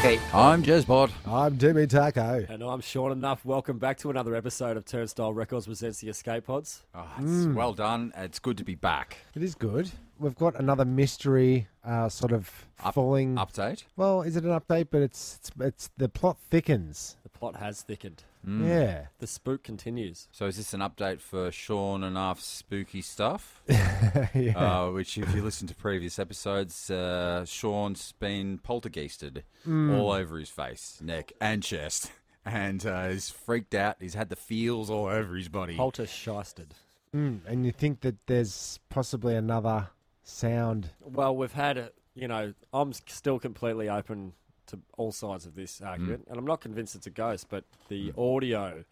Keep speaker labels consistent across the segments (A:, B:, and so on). A: Kate.
B: I'm Jezbot.
C: I'm Jimmy Taco.
D: And I'm Sean Enough. Welcome back to another episode of Turnstile Records presents the Escape Pods.
B: Oh, it's Well done. It's good to be back.
C: It is good. We've got another mystery uh, sort of
B: Up-
C: falling.
B: Update.
C: Well, is it an update? But it's it's, it's the plot thickens.
D: The plot has thickened.
C: Yeah.
D: The spook continues.
B: So is this an update for Sean and Af's spooky stuff?
C: yeah.
B: Uh, which, if you listen to previous episodes, uh, Sean's been poltergeisted all over his face, neck, and chest, and uh, he's freaked out. He's had the feels all over his body.
D: Polter shysted.
C: Mm, and you think that there's possibly another sound.
D: Well, we've had, a- you know, I'm s- still completely open to all sides of this argument, and I'm not convinced it's a ghost, but the audio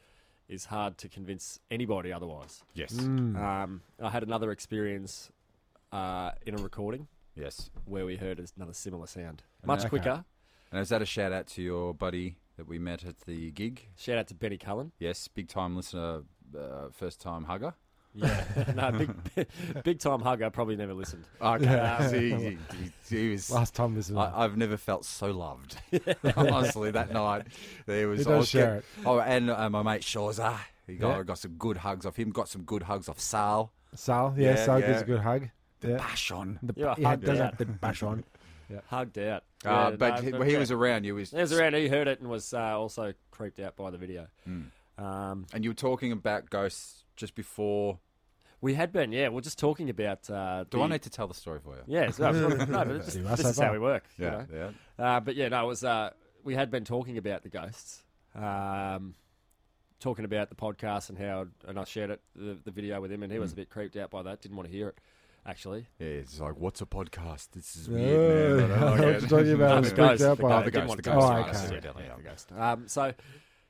D: is hard to convince anybody otherwise.
B: yes,
D: Um, I had another experience uh, in a recording
B: yes.
D: where we heard another similar sound, much
B: Okay.
D: quicker.
B: And is that a shout out to your buddy that we met at the gig?
D: Shout out to Benny Cullen.
B: Yes, big time listener, uh, first time hugger.
D: Yeah, no, big, big time hugger. Probably never listened.
B: Okay, See, he, he- he was
C: Last time was
B: I, I've never felt so loved. Honestly, that night there was.
C: It
B: I
C: does
B: was
C: share
B: get- Oh, and uh, my mate Shawza, he got,
C: Yeah.
B: got some good hugs off him. Got some good hugs off Sal,
C: Sal.
B: Yeah,
C: Yeah, Sal gives
B: yeah.
C: a good hug. Yeah.
B: Bashon.
C: The,
D: Yeah,
C: yeah,
D: hug,
C: it does
D: yeah.
C: have the bash on.
D: Hugged out.
B: Uh,
D: Yeah,
B: but
D: no,
B: he,
D: no,
B: well, he
D: yeah.
B: was around. You was,
D: He was around. He heard it and was uh, also creeped out by the video.
B: Hmm.
D: Um,
B: and you were talking about ghosts just before.
D: we had been, yeah. We're just talking about. Uh,
B: Do
D: the-
B: I need to tell the story for you?
D: Yeah, so, no, but it's
C: See,
D: just,
C: that's
D: this is
C: so
D: how
C: far.
D: we work. you know?
B: yeah.
D: Uh, but yeah, no, it was. Uh, we had been talking about the ghosts, um, talking about the podcast and how, and I shared it the, the video with him, and he
B: Hmm.
D: was a bit creeped out by that. Didn't want to hear it, actually.
B: Yeah, It's like, what's a podcast? This is
C: Yeah.
B: weird. Man. I don't
C: I know
B: like
C: what
B: it.
C: you're talking about.
D: No,
C: It's
D: the
C: freaked
D: ghost,
C: out
D: the
C: by
B: Oh,
C: it.
B: the
D: didn't
B: ghost.
D: want
B: The
D: to
B: ghost.
C: Oh,
B: right,
C: okay.
B: so yeah,
D: Yeah,
B: yeah, yeah.
D: Um, so,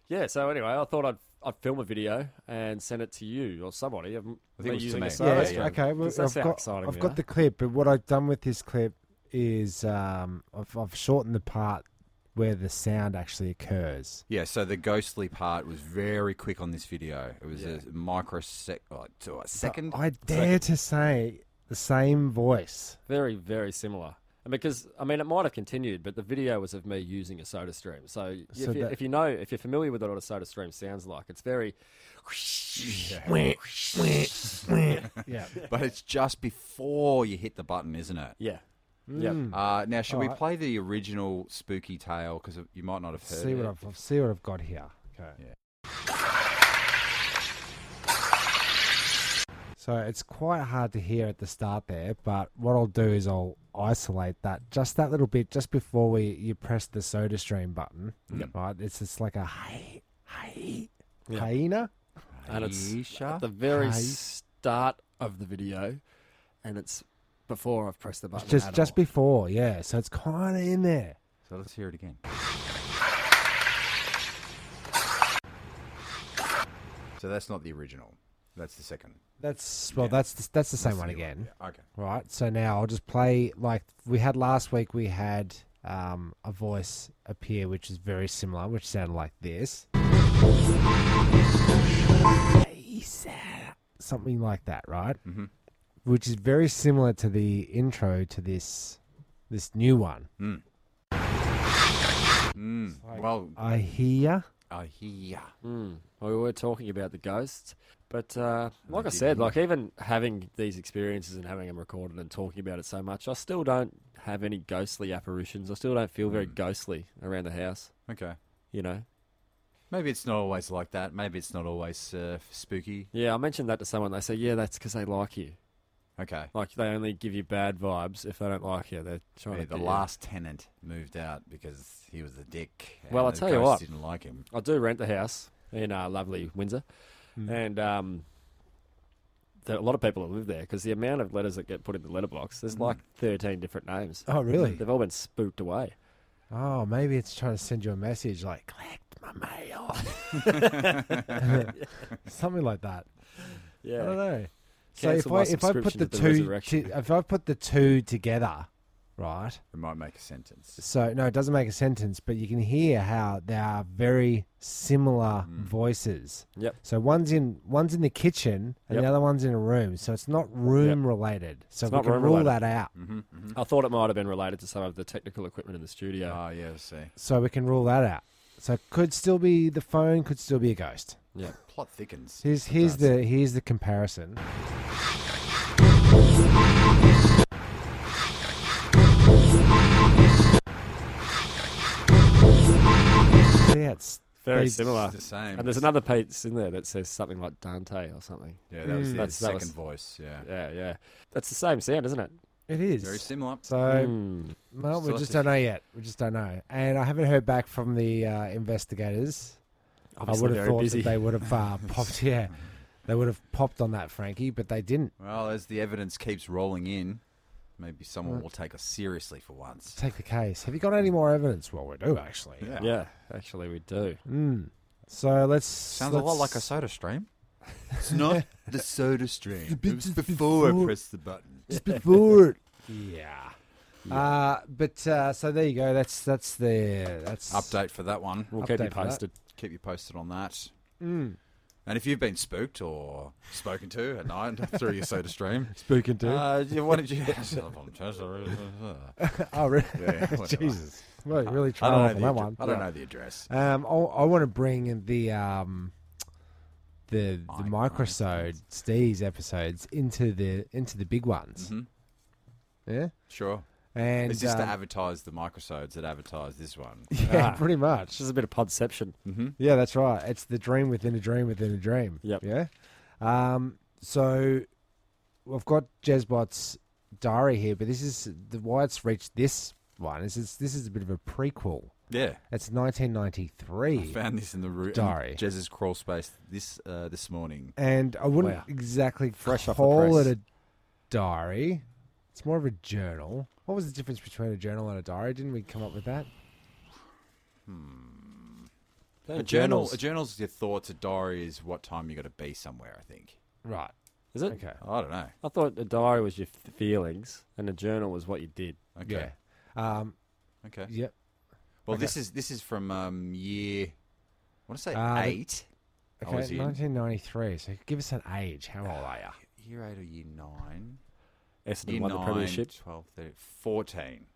D: yeah. So anyway, I thought I'd I'd film a video and send it to you or somebody. Of
B: I think it was to
D: using
B: me. Yeah,
D: a
C: Yeah,
D: solo
C: that's-
B: yeah.
C: okay. Well,
D: Does that
C: I've
D: sound
C: got,
D: exciting,
C: I've
D: yeah?
C: got the clip, but what I've done with this clip is um, I've, I've shortened the part where the sound actually occurs.
B: Yeah, so the ghostly part was very quick on this video. It was a microsec, like, to a
C: But
B: second.
C: I dare to say the same voice.
D: Very, very similar. And because I mean, it might have continued, but the video was of me using a Soda Stream. So,
C: So
D: if, you,
C: that-
D: if you know, if you're familiar with what a Soda Stream sounds like, it's very
C: Yeah.
B: but it's just before you hit the button, isn't it?
D: yeah,
C: Hmm.
D: yeah.
B: Uh, now, should we
C: Alright.
B: play the original spooky tale? Because you might not have heard
C: see
B: it.
C: what I've I've- see what I've got here. Okay. So it's quite hard to hear at the start there, but what I'll do is I'll isolate that just that little bit just before we you press the soda stream button. Right? It's it's like a hey hey hyena.
D: And it's
B: Aisha?
D: at the very
C: Hi.
D: start of the video, and it's before I've pressed the button.
C: Just
D: at
C: just
D: all.
C: before, yeah. So it's kinda in there.
B: So let's hear it again. So that's not the original. That's the second.
C: That's well that's the, that's the same one again.
B: Okay.
C: Right. So now I'll just play like we had last week. We had um, a voice appear which is very similar, which sounded like this. Something like that, right? Mm-hmm. Which is very similar to the intro to this this new one.
B: Hmm. Well,
C: I hear.
B: I hear.
D: Well, we were talking about the ghosts, but uh, like I
B: did
D: said,
B: hear.
D: like even having these experiences and having them recorded and talking about it so much, I still don't have any ghostly apparitions. I still don't feel
B: Hmm.
D: very ghostly around the house.
B: Okay.
D: You know,
B: Maybe it's not always like that. Maybe it's not always uh, spooky.
D: yeah. I mentioned that to someone. They say, yeah, that's because they like you.
B: Okay.
D: Like they only give you bad vibes if they don't like you. They're trying
B: Yeah,
D: to uh,
B: the
D: get you.
B: last tenant moved out because he was a dick. and
D: Well, I'll
B: the
D: tell you
B: ghosts
D: what.
B: Didn't like him.
D: I do rent the house in uh,
B: Hmm.
D: lovely Windsor, and um, there are a lot of people that live there because the amount of letters that get put in the letterbox,
B: Hmm.
D: there's like 13 different names.
C: Oh, really?
D: They've all been spooked away.
C: Oh, maybe it's trying to send you a message like collect my mail, something like that. I don't
D: Yeah.
C: know. So
D: Cancel
C: if
D: my
C: I if I put
D: subscription
C: the
D: to the
C: two
D: resurrection.
C: to, if I put the two together, right?
B: It might make a sentence.
C: So no, it doesn't make a sentence, but you can hear how they are very similar
D: Mm.
C: voices.
D: Yep.
C: So one's in one's in the kitchen and
D: Yep.
C: the other one's in a room. So it's not room related. So if we
D: not
C: can
D: room
C: rule
D: related. Mm-hmm.
C: that out.
B: Hmm.
D: I thought it might have been related to some of the technical equipment in the studio.
B: Oh, yeah, I see.
C: So we can rule that out. So it could still be the phone, could still be a ghost.
D: yeah.
B: Plot thickens.
C: Here's here's the here's the comparison. See, how it's
D: Very
C: It's
D: similar.
B: It's the same.
D: And there's another piece in there that says something like Dante or something.
B: yeah, that was the
D: That's- that
B: second
D: was-
B: voice. Yeah.
D: Yeah, yeah. That's the same sound, isn't it?
C: it is.
B: Very similar.
C: So
D: Mm.
B: Still
C: well, we
B: have
C: just
B: to-
C: don't know yet. We just don't know, and I haven't heard back from the uh, investigators.
D: Obviously
C: I would have
D: very
C: thought
D: busy.
C: that they would have uh, popped. Yeah, they would have popped on that, Frankie, but they didn't.
B: Well, as the evidence keeps rolling in, maybe someone will take us seriously for once.
C: Take the case. Have you got any more evidence? Well, we do actually.
D: Yeah, actually, we do.
C: Mm. So let's
B: Sounds a lot like a
C: let's-
B: soda stream. It's not the soda stream.
C: bit
B: It was
C: just
B: before I
C: before.
B: pressed the button.
C: just before it. Yeah. Uh, but uh, so there you go. That's that's the that's
B: Update for that one.
D: We'll keep you
C: Update for that.
D: posted.
B: Keep you posted on that.
C: Mm.
B: And if you've been spooked or spoken to at night through your soda stream,
C: Spooking too.
B: uh, you, why did you?
C: oh, really?
B: Yeah, whatever.
C: Jesus. Well, you really
B: I don't know
C: tried
B: the
C: on that
B: addre-
C: one.
B: I don't know the address.
C: Um, I, I want to bring in the um, the the
B: Mic-
C: microsode Steve's episodes into the into the big ones.
B: Mhm.
C: Yeah.
B: Sure.
C: And
B: Mm-hmm. It's just to
C: um,
B: advertise the microsodes that advertise this one. Mm-hmm.
C: yeah,
D: Ah.
C: pretty
D: It's
C: much.
D: just a bit of podception.
C: Yeah, that's right. It's the dream within a dream within a dream.
D: Yep.
C: Yeah. Um, so we've got Jezbot's diary here, but this is the why it's reached this one is it's, this is a bit of a prequel.
B: Yeah,
C: It's 1993,
B: found this in the root
C: Diary.
B: Jez's crawl space this uh, this morning.
C: and I wouldn't
D: Wow.
C: exactly
D: Fresh off the
C: call
D: press.
C: it a diary. It's more of a journal. What was the difference between a journal and a diary? Didn't we come up with that?
B: A journal, a journal's your thoughts. A diary is what time you got to be somewhere. I think.
C: Right.
D: Is it?
C: Okay.
B: I don't know.
D: I thought a diary was your f- feelings and a journal was what you did.
B: Okay.
C: Yeah. Um,
B: Okay.
C: yep.
B: Well,
C: Okay.
B: this is this is from um, year. I want to say
C: Uh, the-
B: eight. I
C: Okay,
B: was in.
C: 1993. So give us an age. How old are you?
B: Year eight or year nine?
D: Essendon
B: Year
D: won the
B: nine,
D: premiership.
B: 12, 13, 14.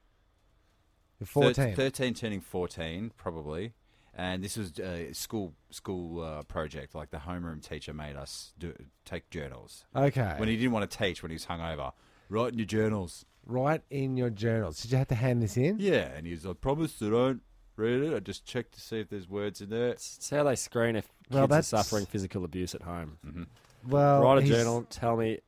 C: You're
B: Thir-
C: 14.
B: 13 turning 14 probably and this was a school school uh, project like the homeroom teacher made us do, take journals
C: Okay.
B: when he didn't want to teach when he was hungover write in your journals
C: Right in your journals. Did you have to hand this in?
B: yeah and he was like promise I don't read it I just check to see if there's words in there
D: It's, it's how they screen if kids
C: Well,
D: are
C: that's-
D: suffering physical abuse at home.
C: Well,
D: Write a
C: he's-
D: journal. Tell me,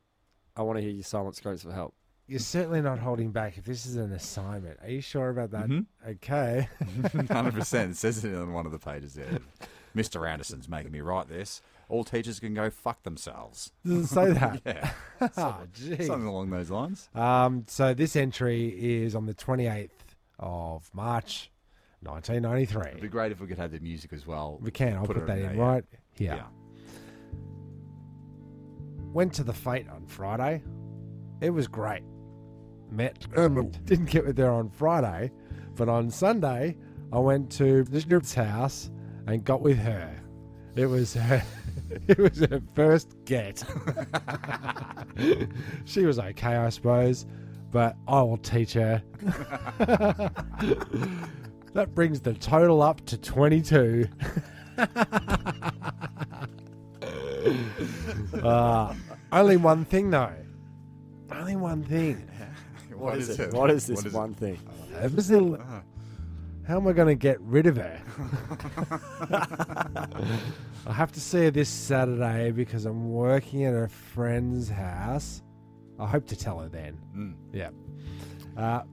D: I want to hear your silent screams for help.
C: You're certainly not holding back if this is an assignment. Are you sure about that?
B: Mhm.
C: Okay.
B: 100% it says it on one of the pages there Mr Anderson's making me write this all teachers can go fuck themselves
C: Doesn't say that.
B: yeah
C: Ah, geez.
B: something along those lines
C: Um, so this entry is on the 28th of March,
B: it'd be
C: 1993.
B: great if we could have the music as well
C: We can. I'll put,
B: it
C: that
B: there,
C: in
B: yeah.
C: right here.
B: yeah.
C: Went to the fete on Friday. It was great. Met
B: Um,
C: Ermund. Didn't get with there on Friday, but on Sunday I went to the Schnoop's house and got with her. It was her. It was her first get. she was okay, I suppose, but I will teach her. that brings the total up to 22. Uh, only one thing, though. Only one thing.
D: what is, it? What is this one thing?
C: It was a- How am I going to get rid of her? I have to see her this Saturday because I'm working at a friend's house. I hope to tell her then.
B: Hmm.
C: Yeah. Uh,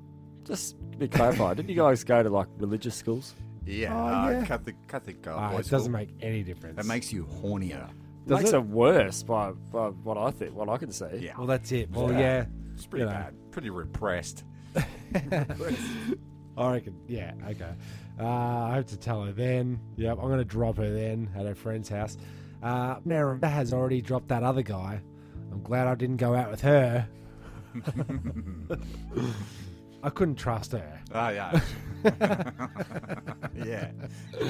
D: Just to be clarified, didn't you guys go to like religious schools?
B: Yeah,
C: Oh,
B: uh,
C: yeah.
B: cut the cut the goal.
C: uh, it doesn't make any difference.
B: That makes you hornier.
C: Does
D: Makes
C: it?
D: it worse by, by what I think, what I can see.
B: Yeah,
C: Well, that's it. Well,
B: Yeah.
C: yeah.
B: it's pretty
C: you know.
B: bad. Pretty repressed.
C: I reckon. Yeah. Okay. Uh, I have to tell her then. Yep. I'm going to drop her then at her friend's house. Uh, now that has already dropped that other guy. I'm glad I didn't go out with her. I couldn't trust her.
B: Oh, yeah. yeah.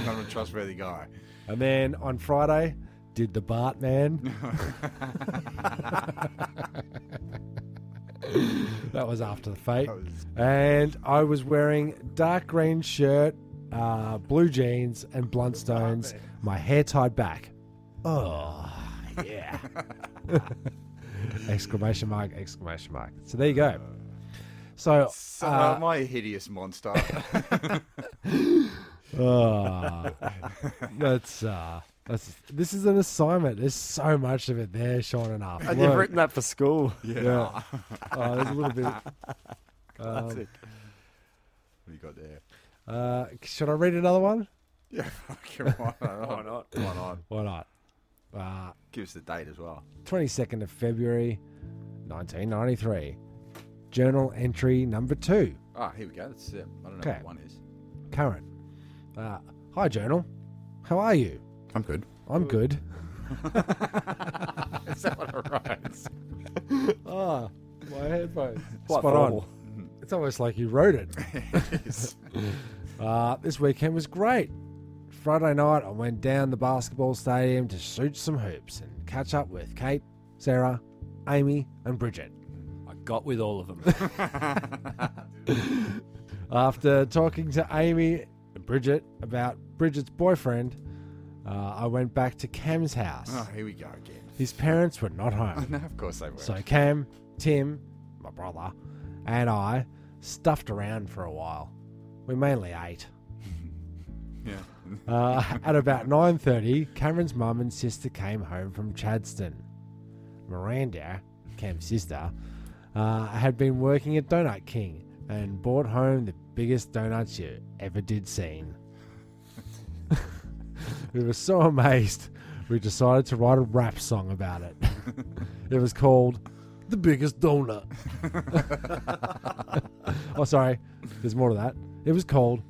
B: Not a trustworthy guy.
C: And then on Friday, did the Bartman. that was after the fate.
B: was-
C: And I was wearing dark green shirt, uh, blue jeans, and bluntstones. My hair tied back. Oh, yeah. exclamation mark, exclamation mark. So there you go. So,
B: So,
C: uh,
B: my hideous monster.
C: oh, that's, uh, that's, this is an assignment. There's so much of it there, Sean and I.
D: And you've written that for school.
B: yeah.
C: Yeah. Oh, there's a little bit.
D: That's
C: Um,
D: it.
B: What you got there?
C: uh, should I read another one?
B: Yeah, fucking why
D: Why
B: not?
D: not?
B: Why not?
C: Why not? Uh,
B: Give us the date as well.
C: 22nd of February, 1993. Journal entry number two,
B: Ah, here we go. That's it. I don't know
C: Okay.
B: what one is.
C: current. Uh, hi, Journal. How are you?
B: I'm good.
C: I'm good.
B: Is that what I wrote?
C: Ah, my headphones.
D: Quite
C: Spot on.
D: formal.
C: It's almost like you wrote it.
B: Yes.
C: Uh, this weekend was great. Friday night, I went down the basketball stadium to shoot some hoops and catch up with Kate, Sarah, Amy, and Bridget.
D: I got with all of them.
B: Ah,
C: After talking to Amy and Bridget about Bridget's boyfriend, uh, I went back to Cam's house.
B: oh, here we go again.
C: His parents were not home.
B: No, of course they were.
C: So Cam, Tim, my brother, and I stuffed around for a while. We mainly ate.
B: yeah.
C: Uh, at about 9.30, Cameron's mum and sister came home from Chadston. Miranda, Cam's sister, uh, had been working at Donut King and brought home the biggest donuts you ever did seen. we were so amazed, we decided to write a rap song about it. it was called The Biggest Donut. oh, sorry, there's more to that. It was called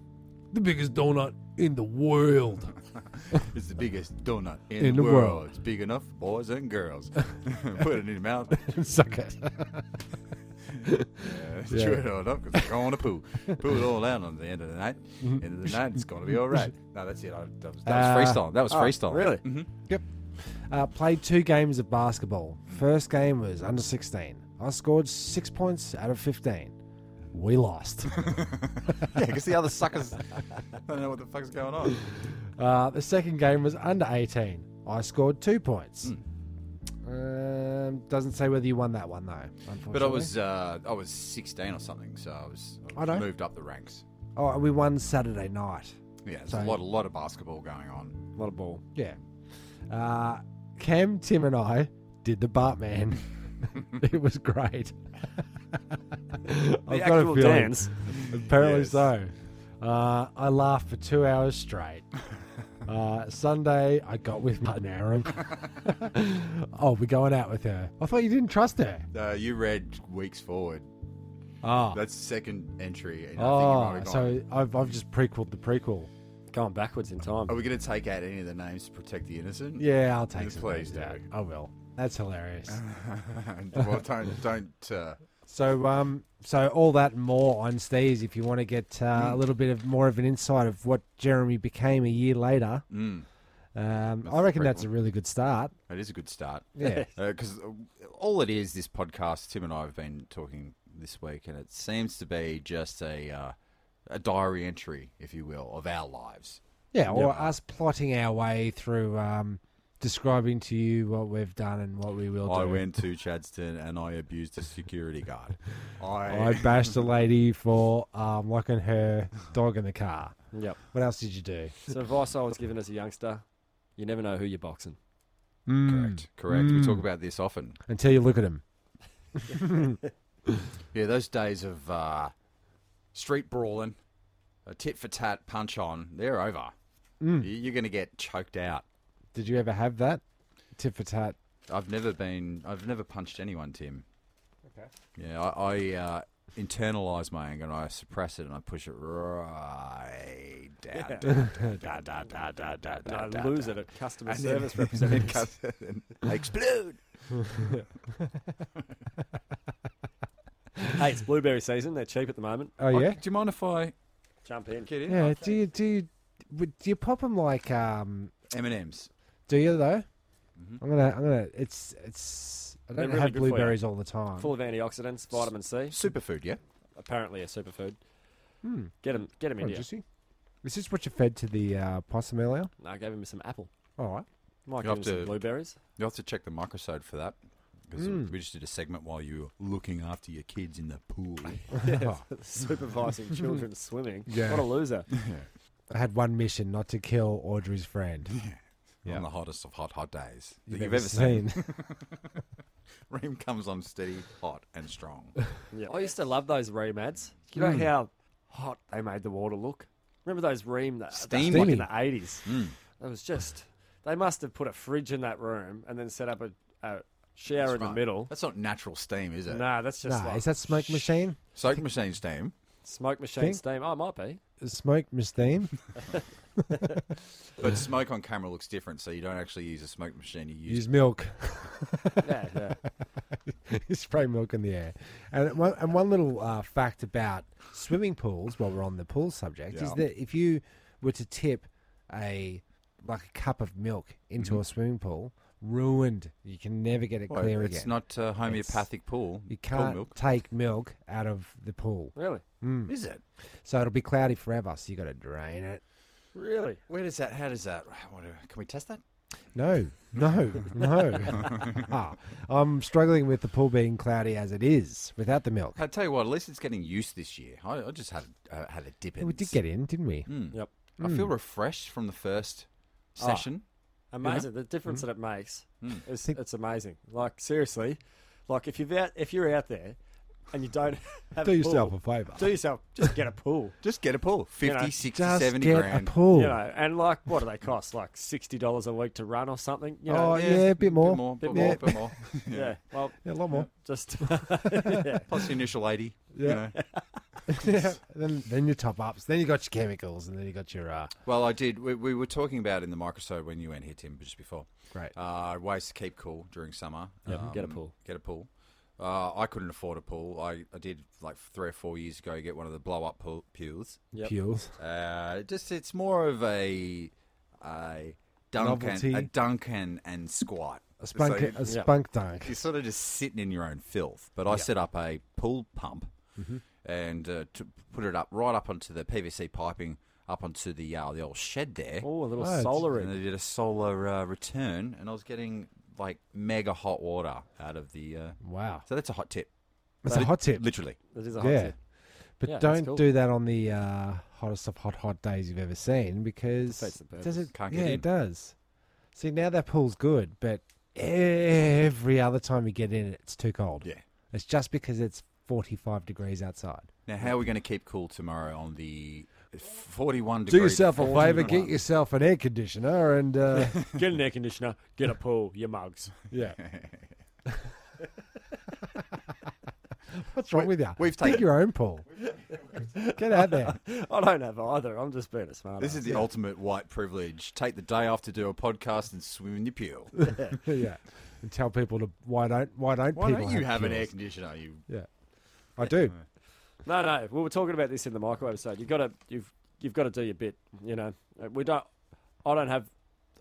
C: The Biggest Donut in the World.
B: It's the biggest donut in, the, world. It's big enough for boys and girls. Put it in your mouth.
C: Suck it.
B: Yeah,
C: Yeah.
B: Chew it all up because we're going to poo. Poo it all out on the end of the night. End of the night, it's going to be all right. No, that's it. I, that was, that was
C: Mm-hmm. Uh,
E: Ah.
B: freestyle. That was freestyle.
D: Oh, really?
B: hmm
C: Yep. Uh, played two games of basketball. First game was under 16. I scored six points out of 15. We lost.
B: Yeah, because the other suckers, I don't know what the fuck's going on.
C: uh, the second game was under 18. I scored two points. Um, doesn't say whether you won that one though. Unfortunately.
B: Hmm. But I was uh, I was 16 or something, so I was I
C: I know.
B: moved up the ranks.
C: Oh, we won Saturday night.
B: Yeah, there's
C: So-
B: a lot a lot of basketball going on.
D: A lot of ball.
C: Yeah. Uh, Cam, Tim, and I did the Bartman. it was great.
D: The
C: I've got a
D: actual
C: feeling-
D: dance.
C: Apparently
B: Yes.
C: so. Uh, I laughed for two hours straight. Uh, Sunday, I got with my Aaron. oh, we're going out with her. I thought you didn't trust her.
B: Uh, you read weeks forward.
C: Oh,
B: That's second entry. And I
C: oh
B: think you might have gone,
C: so I've, I've just prequeled the prequel.
D: Going backwards in time.
B: Are we going to take out any of the names to protect the innocent?
C: Yeah, I'll take
B: Yes,
C: some
B: please
C: of those
B: do. Uh.
C: out. I will. That's hilarious.
B: well, don't don't. Uh,
C: So, um, so all that and more on Steez if you want to get uh,
B: Mm.
C: a little bit of more of an insight of what Jeremy became a year later.
B: mm,
C: Um,
B: That's
C: I reckon
B: prequel.
C: that's a really good start.
B: that is a good start.
C: Yeah.
B: because all it is, this podcast, Tim and I have been talking this week, and it seems to be just a uh, a diary entry, if you will, of our lives.
C: Yeah, or
B: Yeah.
C: us plotting our way through um, describing to you what we've done and what we will do.
B: I went to Chadston and I abused a security guard.
C: I
B: I,
C: bashed a lady for um, locking her dog in the car.
D: Yep.
C: What else did you do?
D: So advice I was given as a youngster, you never know who you're boxing. Mm.
B: correct, correct.
C: Mm.
B: We talk about this often.
C: Until you look at him.
B: Yeah, those days of uh, street brawling, a tit for tat punch on, they're over.
C: Mm.
B: You- You're going to get choked out.
C: Did you ever have that? Tit for tat.
B: I've never been. I've never punched anyone, Tim.
C: Okay.
B: Yeah, I, I uh, internalize my anger and I suppress it and I push it right down. Da, da, da, da, da,
D: And
B: da, da,
D: I lose
B: da.
D: it at customer
B: And then-
D: service representatives.
B: and I explode.
D: hey, it's blueberry season. They're cheap at the moment.
C: Oh yeah,
B: Do you mind if I
D: Jump in.
B: get in?
C: yeah. Do you do you, would- do you pop them like um?
B: M and M's.
C: Do you though?
B: Mhm.
C: I'm gonna I'm gonna. It's it's. I
D: Mm-hmm. They're
C: don't
D: really
C: have
D: good for you.
C: blueberries all the time.
D: Full of antioxidants, vitamin C.
B: Superfood, yeah.
D: Apparently a superfood.
C: Hmm.
D: Get him, get him
C: Oh,
D: in here.
C: juicy. Is this what you fed to the uh, possum earlier?
D: No, I gave him some apple.
C: All right.
D: Might
B: You'll
D: give him
B: have
D: some
B: to-
D: blueberries.
B: You'll have to check the microsode for that. Because
C: Mm.
B: we just did a segment while you were looking after your kids in the pool.
D: Supervising children swimming.
C: Yeah.
D: What a loser.
C: I had one mission: not to kill Audrey's friend. Yeah.
B: On the hottest of hot, hot days that
C: You've
B: you've,
C: ever
B: ever seen.
C: seen.
B: Reem comes on steady, hot, and strong.
D: Yeah. I used to love those ream ads. You know
C: Mm.
D: how hot they made the water look? Remember those ream that
B: Steamy.
D: like in the 80s?
B: Mm.
D: It was just, they must have put a fridge in that room and then set up a, a shower
B: That's
D: in the
B: right.
D: middle.
B: That's not natural steam, is it?
D: Nah, that's just
C: nah,
D: like
C: is that smoke machine?
B: Soak machine steam.
D: smoke machine
C: Think-
D: steam. Oh, it might be.
C: Smoke machine?
B: But smoke on camera looks different, so you don't actually use a smoke machine. You use
C: Use milk.
D: Yeah, yeah.
C: you spray milk in the air. And one, and one little uh, fact about swimming pools, while we're on the pool subject, is
B: Yeah.
C: that if you were to tip a like a cup of milk into a swimming pool, ruined. You can never get it
B: Mm-hmm. Well,
C: clear
B: It's
C: again.
B: not uh, homeopathic pool.
C: you
B: pool
C: can't
B: milk.
C: take milk out of the pool, Mm.
D: Really?
B: Is it?
C: so it'll be cloudy forever. So you got to drain it.
D: Really?
B: Where does that? How does that? What, uh, can we test that?
C: No, no, no. Ah, I'm struggling with the pool being cloudy as it is without the milk.
B: I tell you what. At least it's getting used this year. I, I just had uh, had a dip in.
C: We did get in, didn't we?
B: Mm.
D: Yep.
B: I feel refreshed from the first
D: Ah.
B: session.
D: Amazing. The difference that it makes
B: Mm.
D: is
C: Think-
D: it's amazing. Like seriously, like if you've out if you're out there and you don't have
C: Do
D: a pool,
C: yourself a favour.
D: do yourself just get a pool.
B: Just get a pool. 50,
D: know,
B: 60,
C: Just
B: 70
C: get
B: grand.
C: a pool.
D: You know, and like what do they cost? Like sixty dollars a week to run or something. You know,
C: Oh, yeah, a bit more.
B: Uh, Bit more. Bit
D: Bit
B: more.
D: more.
B: Bit more.
D: yeah. Well,
C: Yeah, a lot more.
D: just yeah.
B: Plus the initial 80. You
C: Yeah.
B: know.
C: yeah. Then then your top ups. Then you got your chemicals, and then you got your uh,
B: Well, I did. We, we were talking about in the microsode when you went here, Tim, just before.
C: great.
B: Uh, ways to keep cool during summer. Um,
D: Yep, get a pool.
B: Get a pool. Uh, I couldn't afford a pool. I, I did like three or four years ago get one of the blow up pool, pools.
D: Yep.
C: Peels.
B: Uh, just it's more of a a dunk
C: Novelty.
B: and, a dunk and, and squat.
C: A spunk,
B: So you-
C: a spunk dunk.
B: you're sort of just sitting in your own filth. But I set up a pool pump
D: Mm-hmm.
B: and uh, to put it up right up onto the PVC piping, up onto the uh, the old shed there.
D: Oh, a little
C: Oh, it's-
D: solar
B: And
D: room.
B: they did a solar uh, return, and I was getting like mega hot water out of the. Uh,
C: Wow,
B: so that's a hot tip.
C: that's a hot tip.
B: Literally.
D: That is a hot
C: Yeah,
D: tip.
C: but
D: Yeah, that's
C: don't
D: cool.
C: do that on the uh, hottest of hot hot days you've ever seen because
D: Defeats the
C: does
D: purpose.
C: it?
B: Can't
C: yeah,
B: get in.
C: it does. See, now that pool's good, but every other time you get in, it's too cold.
B: Yeah.
C: It's just because it's forty five degrees outside.
B: Now, how are we going to keep cool tomorrow on the 41
C: Do
B: degree?
C: yourself a favour,
B: 41?
C: get yourself an air conditioner, and uh,
D: Get an air conditioner. Get a pool. Your mugs.
C: yeah. What's wrong with you?
B: We've
C: Dig
B: taken.
C: your own pool. Get out there.
D: I don't have either. I'm just being a smart.
B: This is the ultimate white privilege. Take the day off to do a podcast and swim in your pool.
C: yeah, and tell people to why don't why don't
B: Why
C: people
B: don't you have an air
C: pools?
B: conditioner? You
C: I do.
D: No, no. We were talking about this in the microwave episode. You've got to, you've, you've got to do your bit. You know, Uh, we don't. I don't have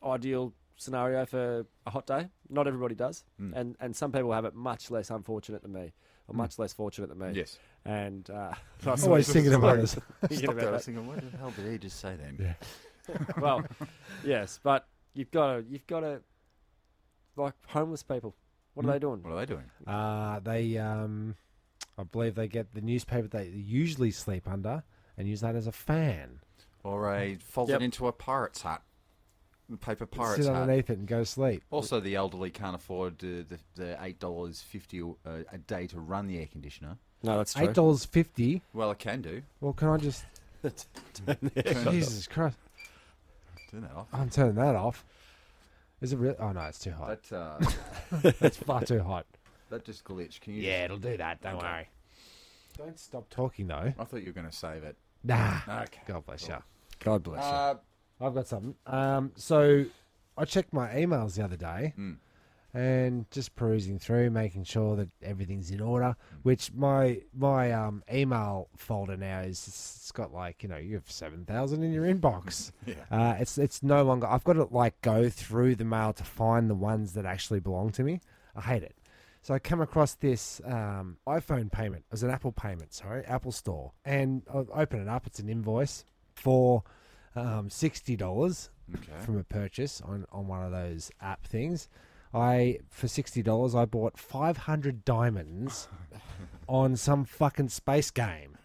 D: ideal scenario for a hot day. Not everybody does,
B: Mm.
D: and and some people have it much less unfortunate than me, or much less fortunate than me.
B: yes.
D: And uh,
C: Always thinking about this.
D: Thinking about that.
B: thinking, what the hell did he just say then?
C: Yeah.
D: well, yes, but you've got to, you've got to, like homeless people. What are
B: Mm.
D: they doing?
B: What are they doing?
C: Uh, they, um, I believe they get the newspaper they usually sleep under and use that as a fan.
B: Or a folded
D: Yep.
B: into a pirate's hut, paper pirate's
C: Sit
B: hut.
C: underneath it and go to sleep.
B: Also, the elderly can't afford uh, the, the eight dollars fifty uh, a day to run the air conditioner.
D: No, that's true.
C: Eight dollars fifty.
B: Well, it can do.
C: Well, can I just? Jesus Christ!
B: Turn that off.
C: I'm turning that off. Is it real? Oh no, it's too hot.
B: That uh,
C: It's far too hot.
B: that just glitched. Can you?
C: it'll do that. Don't worry. Don't stop talking though.
B: just- I thought you were going to save it.
C: Nah.
B: Okay.
C: God bless you.
D: God bless you.
B: Uh,
C: I've got something. Um, so I checked my emails the other day,
B: Mm.
C: and just perusing through, making sure that everything's in order. Which my my um, email folder now is it's got like you know you have seven thousand in your inbox.
B: Yeah.
C: Uh, it's it's no longer. I've got to like go through the mail to find the ones that actually belong to me. I hate it. So I come across this um, iPhone payment. It was an Apple payment, sorry, Apple Store, and I open it up. It's an invoice for um, sixty dollars
B: Okay.
C: from a purchase on, on one of those app things. I for sixty dollars I bought five hundred diamonds on some fucking space game.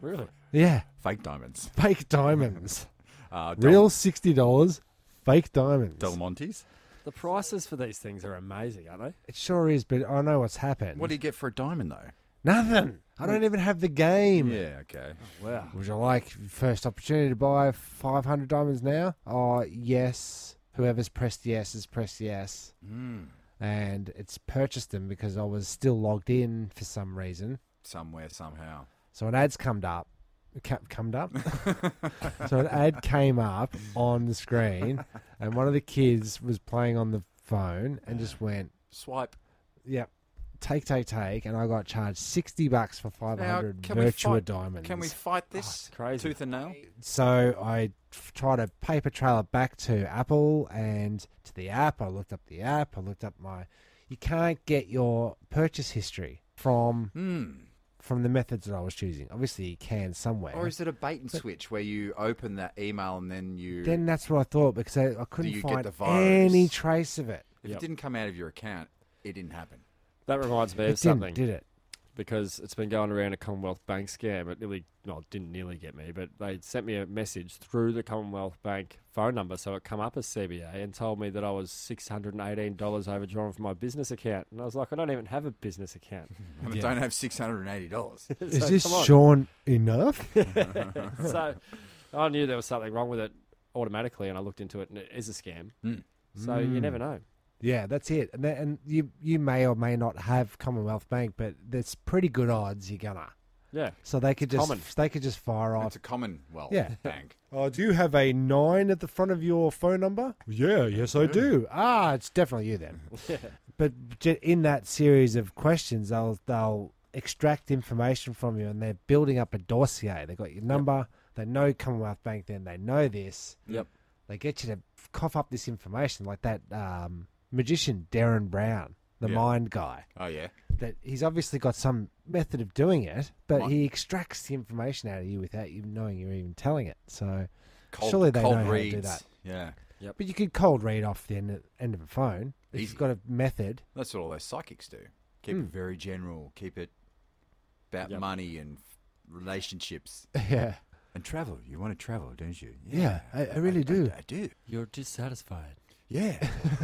D: Really?
C: Yeah,
B: Fake diamonds.
C: fake diamonds.
B: Uh, Del,
C: Real sixty dollars, fake diamonds.
B: Del Monte's.
D: The prices for these things are amazing, aren't they?
C: It sure is, but I know what's happened.
B: What do you get for a diamond though?
C: Nothing. I don't even have the game.
B: Yeah. Okay.
D: Wow.
C: Would you like first opportunity to buy five hundred diamonds now? Oh yes. Whoever's pressed yes has pressed yes.
B: Mm.
C: and it's purchased them because I was still logged in for some reason.
B: Somewhere somehow.
C: So an ad's come up, ca- come up. so an ad came up on the screen, and one of the kids was playing on the phone and just went,
B: Swipe.
C: "Yep, take, take, take," and I got charged sixty bucks for five hundred
B: can we
C: Virtua
B: fight-
C: diamonds.
B: Can we fight
D: it's
B: this?
D: crazy.
B: Tooth and nail.
C: so I f- tried to paper trail it back to Apple and to the app. I looked up the app. I looked up my. You can't get your purchase history from
B: Hmm.
C: from the methods that I was choosing. Obviously, you can somewhere.
B: Or is it a bait and switch where you open that email and then you,
C: then that's what I thought because I, I
B: you
C: couldn't
B: get
C: find
B: the virus?
C: any trace of it.
B: if
D: Yep.
B: it didn't come out of your account, it didn't happen.
D: That reminds me
C: It didn't,
D: of something
C: did it?
D: because it's been going around a Commonwealth Bank scam. It nearly, no, it didn't nearly get me, but they sent me a message through the Commonwealth Bank phone number, so it come up as CBA and told me that I was six hundred and eighteen dollars overdrawn from my business account, and I was like, I don't even have a business account.
B: And
C: Yeah.
B: I don't have six hundred and eighty dollars.
D: So,
C: Is this
D: come on.
C: Sean enough?
D: so I knew there was something wrong with it automatically, and I looked into it, and it is a scam.
B: Mm.
D: So you never know.
C: yeah, that's it. And, that, and you you may or may not have Commonwealth Bank, but there's pretty good odds you're gonna.
D: Yeah,
C: So they could just
D: Common.
C: they could just fire off.
B: it's a Commonwealth
C: Yeah.
B: bank.
C: Oh, do you have a nine at the front of your phone number? Yeah, yes, I do. Ah, it's definitely you then. But j- in that series of questions, they'll they'll extract information from you, and they're building up a dossier. They got your number. They know Commonwealth Bank. Then they know this.
D: Yep.
C: They get you to cough up this information, like that um, magician Darren Brown, the
B: Yeah.
C: mind guy.
B: Oh yeah.
C: That he's obviously got some method of doing it, but
B: Right.
C: he extracts the information out of you without you knowing you're even telling it. So.
B: Cold,
C: Surely they
B: cold
C: know how to do
B: reads.
C: that.
B: Yeah.
C: But you could cold read off the end, end of a phone. If
B: Easy.
C: you've got a method.
B: That's what all those psychics do. Keep it very general. Keep it about
D: Yep.
B: money and f- relationships
C: Yeah.
B: and travel. You want to travel, don't you?
C: Yeah, I- I really do.
B: I, do.
D: you're dissatisfied.
B: Yeah.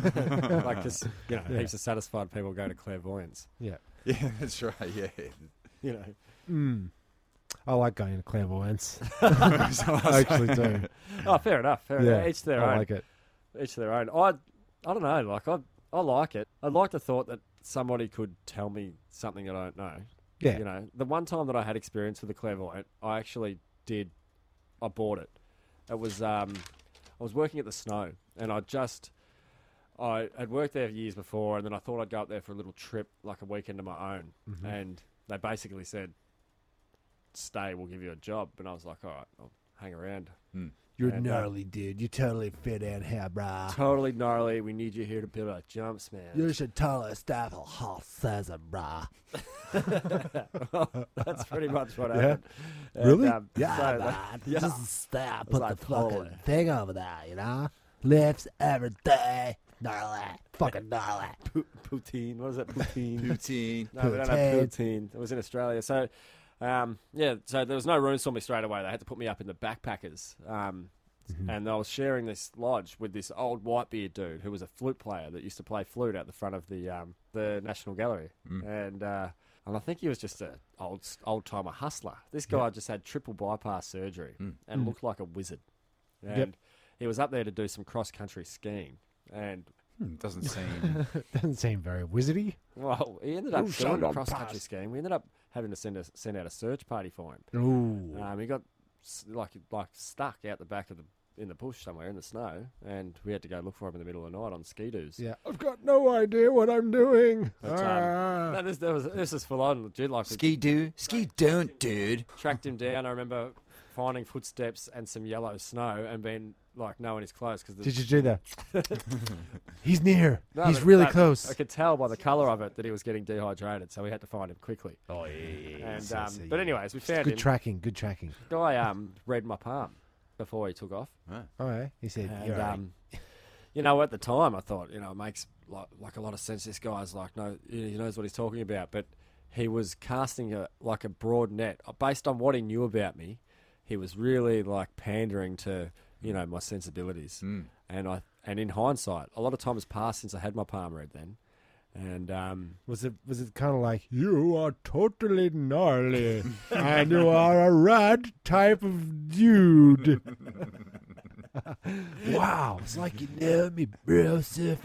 D: like just you know, heaps of satisfied people go to clairvoyance.
C: Yeah.
B: yeah, that's right. Yeah.
D: You know,
C: Mm. I like going to clairvoyance.
B: So I
C: I
B: was
C: actually
B: like-
C: do.
D: oh, fair enough. Fair
C: Yeah, Oh,
D: enough. Each their
C: I
D: own.
C: like it.
D: each their own. I I don't know. Like I I like it. I like the thought that somebody could tell me something that I don't know.
C: Yeah.
D: You know, the one time that I had experience with the clairvoyant, I actually did. I bought it. It was um, I was working at the snow, and I just I had worked there years before, and then I thought I'd go up there for a little trip, like a weekend of my own, and they basically said, "Stay, we'll give you a job." And I was like, "All right, I'll hang around."
C: You're
D: And, uh,
C: gnarly, dude. You totally fit in here, bruh.
D: Totally gnarly. We need you here to build our jumps, man.
C: should totally staff a whole season, bruh.
D: That's pretty much what
C: Yeah?
D: happened. And,
C: Really?
D: um, so that- yeah.
C: staff.
D: put like, the fucking totally.
C: thing over there, you know? Lifts every day. Gnarly. Fucking gnarly.
D: Pu- poutine. What is that? Poutine.
B: Poutine.
D: no, we don't have poutine. It was in Australia. So, um, yeah. So there was no rooms for me straight away. They had to put me up in the backpackers. Um, and I was sharing this lodge with this old white beard dude who was a flute player that used to play flute out the front of the um, the National Gallery. And uh, and I think he was just a old old timer hustler. This guy just had triple bypass surgery and looked like a wizard. And he was up there to do some cross country skiing. And
B: Hmm, Doesn't seem.
C: Doesn't seem very wizardy.
D: well, he ended up
C: Ooh,
D: doing
C: Shandong
D: cross country
C: Pass.
D: skiing. We ended up having to send a, send out a search party for him.
C: Ooh.
D: Um, he got s- like like stuck out the back of the in the bush somewhere in the snow, and we had to go look for him in the middle of the night on skidoos.
C: Yeah, I've got no idea what I'm doing.
D: That's, um,
C: Ah.
D: No, this, that was, this is full on legit. Like, we
B: Ski do, ski don't, dude.
D: tracked him down. I remember finding footsteps and some yellow snow and being like, no one is close. Cause the,
C: Did you do that? He's near.
D: No,
C: He's
D: but
C: really
D: that-
C: close.
D: I could tell by the colour of it that he was getting dehydrated, so we had to find him quickly.
B: Oh yeah.
D: And, um, but anyways, we found
C: Good
D: him.
C: tracking. Good tracking.
D: Guy um, read my palm before he took off.
C: All right. He said,
D: And,
C: "You're right."
D: um, you know, at the time, I thought, you know, it makes like, like a lot of sense. This guy's like, no, he knows what he's talking about. But he was casting a like a broad net Uh, based on what he knew about me. He was really like pandering to you know my sensibilities.
B: Mm.
D: And I and in hindsight, a lot of time has passed since I had my palm read then. And um,
C: Was it was it kind of like you are totally gnarly and you are a rad type of dude? wow, it's like you know me, Broseph.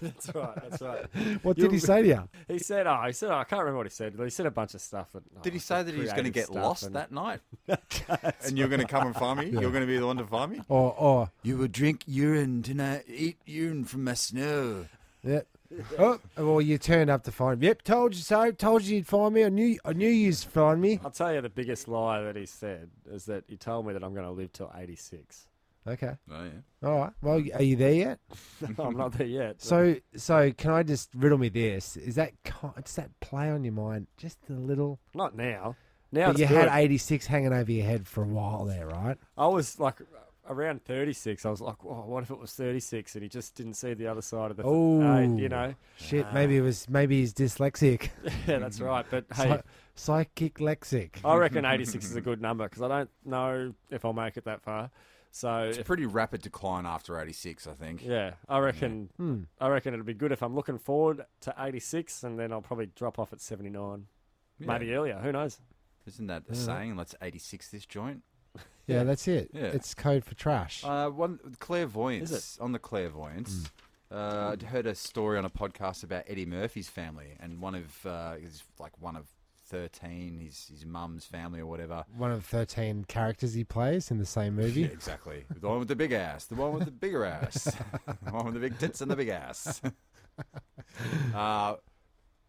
D: that's right, that's right.
C: What did he say to you?
D: He said, "Oh, he said oh, I can't remember what he said, but he said a bunch of stuff." And, oh,
B: Did he say that he was going to
D: creative
B: get
D: stuff
B: lost
D: and-
B: that night? and you're going to come and find me? You're going to be the one to find me?
C: Or or
B: You will drink urine tonight, eat urine from my snow.
C: yeah. Oh, well, you turned up to find. Yep, told you so. Told you you'd find me. I knew. I knew you'd find me.
D: I'll tell you the biggest lie that he said is that he told me that I'm going to live till 86.
C: Okay.
B: Oh, yeah.
C: All right. Well, are you there yet?
D: No, I'm not there yet.
C: So, so can I just riddle me this? Is that ki- does that play on your mind just a little?
D: not now. Now
C: But
D: it's
C: you had
D: good.
C: 86 hanging over your head for a while there, right?
D: I was like around 36. I was like, oh, what if it was 36? And he just didn't see the other side of the.
C: Oh.
D: hey, you know,
C: Shit, maybe it was maybe he's dyslexic,
D: yeah, that's right. But hey,
C: Psy- psychic lexic.
D: I reckon 86 is a good number because I don't know if I'll make it that far. So
B: It's a
D: if-
B: pretty rapid decline after 86, I think.
D: yeah, I reckon.
C: Hmm.
D: I reckon it'd be good if I'm looking forward to 86, and then I'll probably drop off at 79,
B: Yeah.
D: maybe earlier. Who knows?
B: Isn't that the
C: Yeah.
B: saying? Let's 86 this joint.
C: Yeah, that's it.
B: Yeah.
C: It's code for trash.
B: Uh, one clairvoyance.
D: Is
B: On the clairvoyance, uh, I'd heard a story on a podcast about Eddie Murphy's family, and one of uh, is like one of thirteen, his his mum's family or whatever.
C: One of the 13 characters he plays in the same
B: Yeah,
C: movie.
B: exactly. The one with the big ass. The one with the bigger ass. the one with the big tits and the big ass. uh,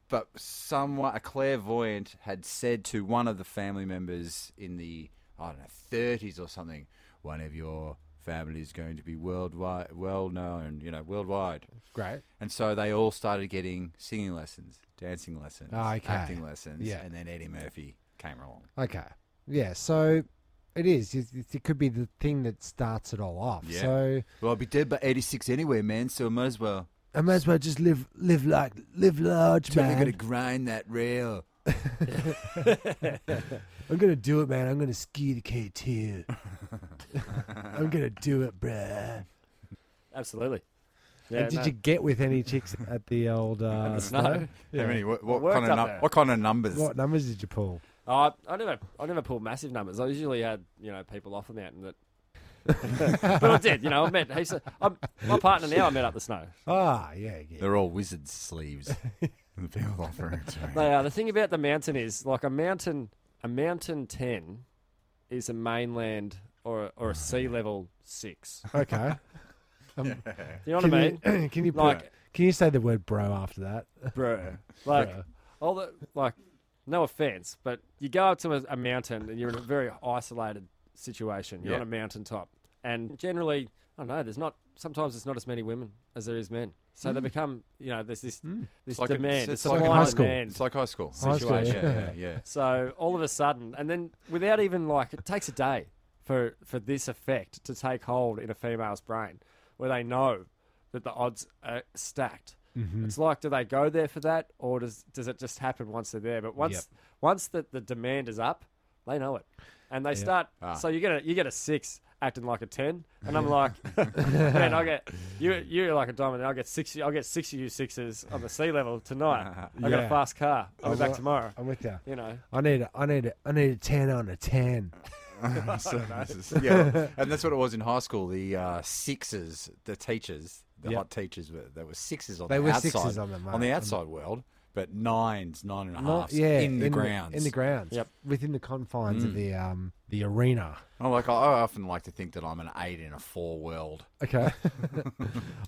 B: but someone, a clairvoyant, had said to one of the family members in the I don't know thirties or something, one of your family is going to be worldwide, well known, you know, worldwide.
C: Great.
B: And so they all started getting singing lessons, dancing lessons,
C: Ah, okay.
B: acting lessons,
C: Yeah.
B: and then Eddie Murphy came along.
C: Okay. Yeah, so it is. It, it- it could be the thing that starts it all off.
B: Yeah.
C: So
B: Well, I'll be dead by eighty six anyway, man. So I might as well.
C: I might as well just live live like live large,
B: Totally
C: man.
B: gonna grind that rail.
C: I'm gonna do it, man. I'm gonna ski the K2. I'm gonna do it, bruh.
D: Absolutely. Yeah,
C: and did you get with any chicks at the old uh,
D: snow?
C: snow?
B: How many? What, what
D: Worked
B: kind of
D: up
B: num-
D: there.
B: what kind of numbers?
C: What numbers did you pull?
D: Oh, I, I never, I never pulled massive numbers. I usually had, you know, people off the mountain that. but I did, you know. I met he's a, I'm, my partner now. I met up the snow.
C: Ah, yeah, yeah.
B: They're all wizards' sleeves. the people offering.
D: They are. The thing about the mountain is like a mountain. A mountain ten is a mainland or a, or a sea level six.
C: Okay.
D: You know what
C: can,
D: I mean?
C: you, can you put-
D: Like-
C: can you say the word bro after that?
D: bro. Like
C: Bruh.
D: all the like, no offense, but you go up to a, a mountain and you're in a very isolated situation. You're
B: Yeah.
D: on a mountaintop, and generally, I don't know. There's not sometimes there's not as many women as there is men, so they become you know there's this this
B: like a-
D: demand,
B: Mm. it's
D: this
B: like
C: a
D: supply
C: high
D: and
C: school.
D: demand.
B: It's like high school.
C: High school,
B: situation.
C: yeah.
B: yeah, yeah.
D: So all of a sudden, and then without even like, it takes a day for for this effect to take hold in a female's brain, where they know that the odds are stacked.
C: Mm-hmm.
D: It's like, do they go there for that, or does does it just happen once they're there? But once
C: Yep.
D: once the, the demand is up, they know it, and they start.
B: Ah.
D: So you get a you get a six acting like a ten, and I'm like, man, I get you you're like a diamond, and I get sixty, I'll get sixty you sixes on the sea level tonight. I got
C: Yeah.
D: a fast car. I'll be back tomorrow.
C: I'm with you.
D: You know.
C: I need a, I need a, I need a ten on a ten.
B: yeah, and that's what it was in high school. The uh, sixes, the teachers, the
C: Yeah.
B: hot teachers, were, there were sixes on
C: They
B: the
C: were
B: outside,
C: sixes on them,
B: on the
C: mate.
B: outside world, but nines, nine and a half,
C: Not yeah,
B: in the grounds. Mm.
C: in the grounds.
D: Yep.
C: within the confines of the um the arena.
B: I like. I often like to think that I'm an eight in a four world.
C: Okay,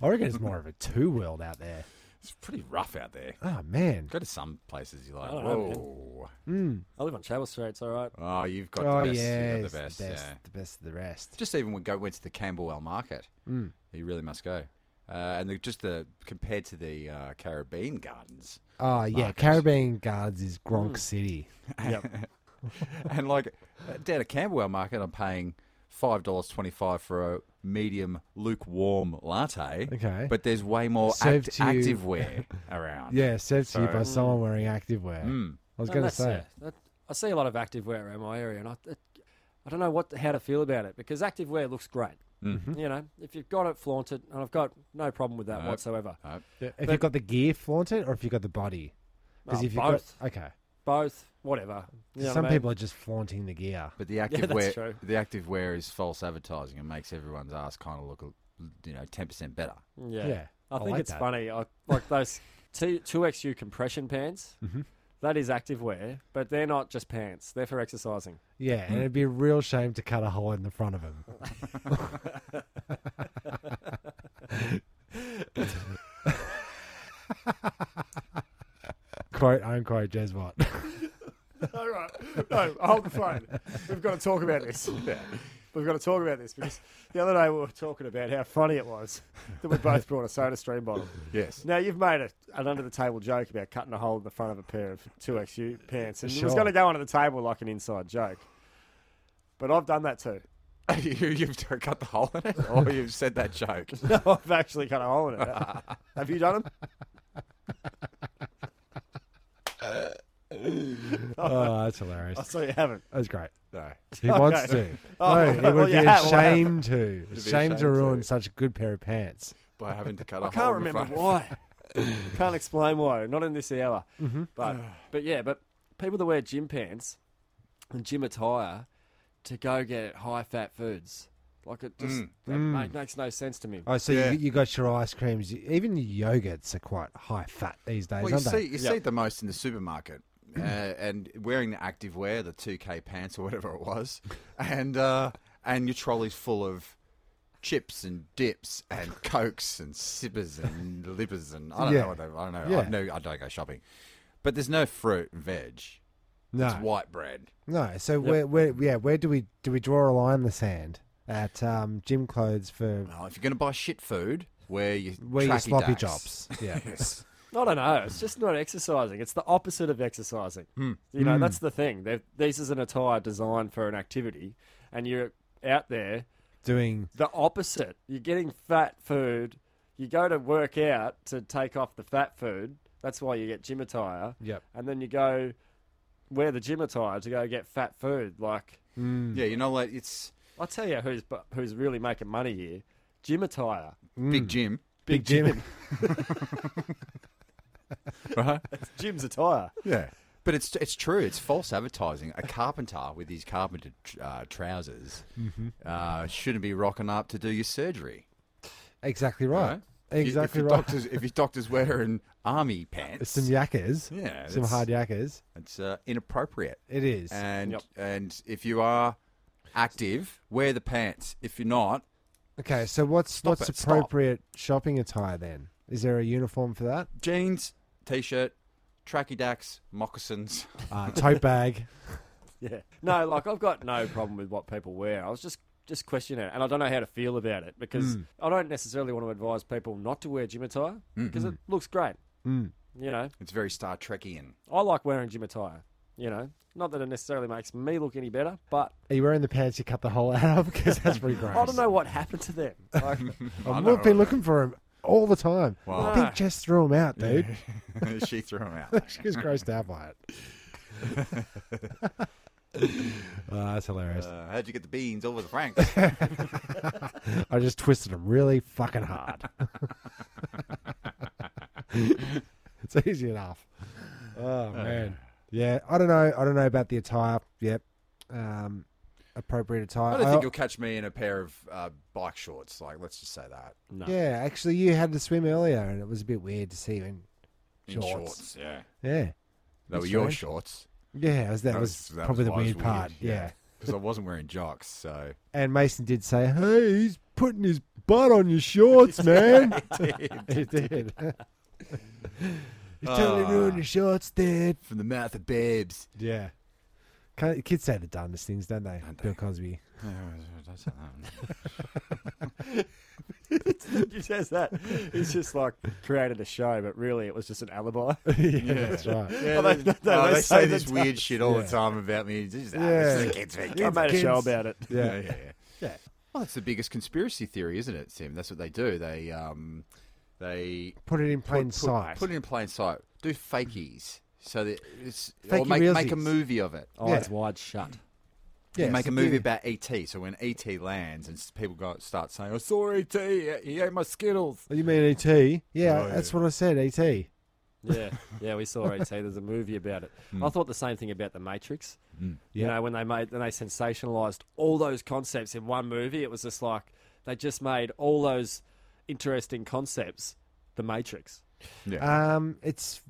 C: I reckon it's more of a two world out there.
B: It's pretty rough out there.
C: Oh man, Mm.
B: Go to some places you're like,
D: I don't know, man.
B: whoa.
D: I live on Chapel Street. It's all right.
B: Oh, you've got
C: oh
B: the best.
C: yeah,
B: you've got
C: it's
B: the best. yeah.
C: the best of the rest. Mm.
B: Just even when go went to the Camberwell Market, you really must go. Uh, and the, just the compared to the uh, Caribbean Gardens,
C: Oh yeah,
B: Marcus. Mm.
C: Caribbean Guards is Gronk City.
B: and like uh, down at Camberwell Market, I'm paying five dollars twenty five for a medium lukewarm latte.
C: Okay.
B: but there's way more act-
C: Served to you-
B: activewear around.
C: Yeah, served to you by
B: So-
C: someone wearing activewear.
B: Mm.
C: I was
D: And
C: going to
D: that's,
C: say.
D: yeah, that- I see a lot of active wear around my area, and I, it, I don't know what how to feel about it because active wear looks great.
C: Mm-hmm.
B: Mhm.
D: You know, if you've got it, flaunt it, and I've got no problem with that
B: Nope.
D: whatsoever.
B: Nope.
C: If
D: But-
C: you've got the gear, flaunt it, or if you've got the body. Because
B: Uh,
D: Oh,
C: if you've
D: both,
C: got okay,
D: both, whatever. You know what
C: some
D: I mean?
C: people are just flaunting the gear.
B: But the
D: that's
B: active wear,
D: true.
B: the active wear is false advertising. It makes everyone's ass kind of look, a- you know, ten percent better.
D: Yeah.
C: Yeah,
D: I
C: I
D: think
C: like
D: it's
C: that.
D: funny. I, like those two XU compression pants.
C: Mm-hmm.
D: that is active wear, but they're not just pants. They're for exercising.
C: Yeah, and it'd be a real shame to cut a hole in the front of them. Quote unquote, Jeswat.
D: All right. No, hold the phone. We've got to talk about this. We've got to talk about this because the other day we were talking about how funny it was that we both brought a soda stream bottle.
B: Yes.
D: Now you've made a, an under the table joke about cutting a hole in the front of a pair of two XU pants, and it was
C: Sure.
D: going to go under the table like an inside joke. But I've done that too.
B: you, you've cut the hole in it, or you've said that joke.
D: No, I've actually cut a hole in it. Have you done them?
C: Oh, that's
D: I
C: hilarious.
D: saw you haven't.
C: That's great.
B: No.
C: He wants to.
D: Oh,
C: No, he
D: well,
C: would
D: you
C: be
D: have, well, I have.
C: ashamed to.
B: be
C: Ashamed to
B: ashamed
C: ruin
B: to.
C: such a good pair of pants.
B: By having to cut a
D: I
B: hole.
D: can't
B: in the
D: remember
B: front.
D: why. can't explain why. Not in this hour. But but yeah, but people that wear gym pants and gym attire to go get high fat foods, like it just that Make, makes no sense to me.
C: Oh, so
B: Yeah.
C: you, you got your ice creams. you- Even your yogurts are quite high fat these days,
B: Well, you
C: aren't
B: see,
C: they?
B: you see it the most in the supermarket, uh, and wearing the active wear, the two K pants or whatever it was, and uh, and your trolley's full of chips and dips and cokes and sippers and lippers and I don't
C: Yeah.
B: know what they, I don't know.
C: Yeah.
B: I know I don't go shopping, but there's no fruit and veg.
C: No,
B: It's white bread.
C: no. So where, where, yeah, where do we do we draw a line in the sand at um, gym clothes for
B: Well, if you're going to buy shit food, wear your
C: where your
B: Oh, tracky
C: sloppy
B: dacks.
C: jobs? Yeah,
B: Yes.
D: I don't know. It's just not exercising. It's the opposite of exercising. You know, that's the thing. They're, this is an attire designed for an activity, and you're out there
C: doing
D: the opposite. You're getting fat food. You go to work out to take off the fat food. That's why you get gym attire.
C: Yep.
D: And then you go wear the gym attire to go get fat food. Like
B: yeah, you know, like it's
D: I'll tell you who's bu- who's really making money here. Gym attire.
B: big gym,
C: big gym.
B: right?
D: Gym's attire.
B: Yeah. But it's it's true. It's false advertising. A carpenter with his carpenter uh, trousers uh, shouldn't be rocking up to do your surgery.
C: exactly right.
B: right?
C: Exactly
B: if, if your
C: right.
B: Doctors, if your doctor's wearing army pants,
C: Some yakkers.
B: Yeah,
C: some
B: that's-
C: hard yakkers.
B: it's uh, inappropriate.
C: It is.
B: And
D: Yep.
B: and if you are active, wear the pants. If you're not,
C: okay, so what's
B: Stop
C: what's
B: it, stop.
C: appropriate shopping attire then? Is there a uniform for that?
B: jeans, t-shirt, tracky dacks, moccasins.
C: Uh, tote bag.
D: Yeah. No, like I've got no problem with what people wear. I was just just questioning it, and I don't know how to feel about it because
C: Hmm.
D: I don't necessarily want to advise people not to wear gym attire because it looks great.
C: Hmm.
D: You know,
B: It's very Star Trekian.
D: I like wearing gym attire. You know, not that it necessarily makes me look any better, but
C: Are you wearing the pants you cut the hole out of? Because that's pretty gross.
D: I don't know what happened to them. Like,
C: I've been looking for him all the time.
B: Wow.
C: I think Jess threw him out, dude.
B: she threw them out.
C: she was grossed out by it. oh, that's hilarious.
B: Uh, how'd you get the beans over the Franks?
C: I just twisted him really fucking hard. it's easy enough. Oh man, yeah. I don't know. I don't know about the attire. Yep. Um, appropriate attire.
B: I don't think
C: I-
B: you'll catch me in a pair of uh, bike shorts. Like, let's just say that.
D: no.
C: yeah, actually, you had to swim earlier, and it was a bit weird to see you in
B: in
C: Shorts.
B: shorts. Yeah,
C: Yeah.
B: they were
C: That's
B: your
C: right.
B: shorts.
C: Yeah, that was, that was,
B: that
C: probably
B: why it
C: the
B: was
C: weird part. yeah.
B: because I wasn't wearing jocks, so
C: And Mason did say, "Hey, he's putting his butt on your shorts, man." he did. he's totally
B: Ah.
C: ruining your shorts, Dad.
B: from the mouth of babes.
C: Yeah. Can't- Kids say the darndest things, don't they?
B: Don't they?
C: Bill Cosby.
D: he says that. He's just like created a show, but really it was just an alibi.
C: yeah, that's right.
B: Yeah,
D: Oh, they-
B: they,
D: no,
B: oh,
D: they
B: they say
D: say the
B: this weird shit all
C: Yeah.
B: the time about me. It's Just, ah,
C: Yeah.
B: it's the kids, they're
D: I
B: kids.
D: made a show
C: kids.
D: about it.
B: yeah,
C: Yeah.
B: yeah, yeah.
C: Yeah.
B: Well, that's the biggest conspiracy theory, isn't it, Sim? That's what they do. They um, they
C: Put it in plain
B: put,
C: sight.
B: Put, it in plain sight. Do fakies so that it's or
C: Fakey
B: make make a
C: realsies.
B: movie of it.
D: Eyes
C: Yeah.
D: wide shut.
B: Yeah, make
C: so
B: a movie
C: do-
B: about ET. So when ET lands and s- people go start saying, "Oh, "I saw ET. He ate my Skittles."
C: Oh, you mean E.T.? Yeah,
B: Oh, yeah.
C: that's what I said, E E.T.
D: Yeah, yeah, we saw ET. There's a movie about it. I thought the same thing about the Matrix. You
C: Hmm. Yeah.
D: know, when they made when they sensationalized all those concepts in one movie, it was just like they just made all those interesting concepts the Matrix.
B: Yeah,
C: Um, it's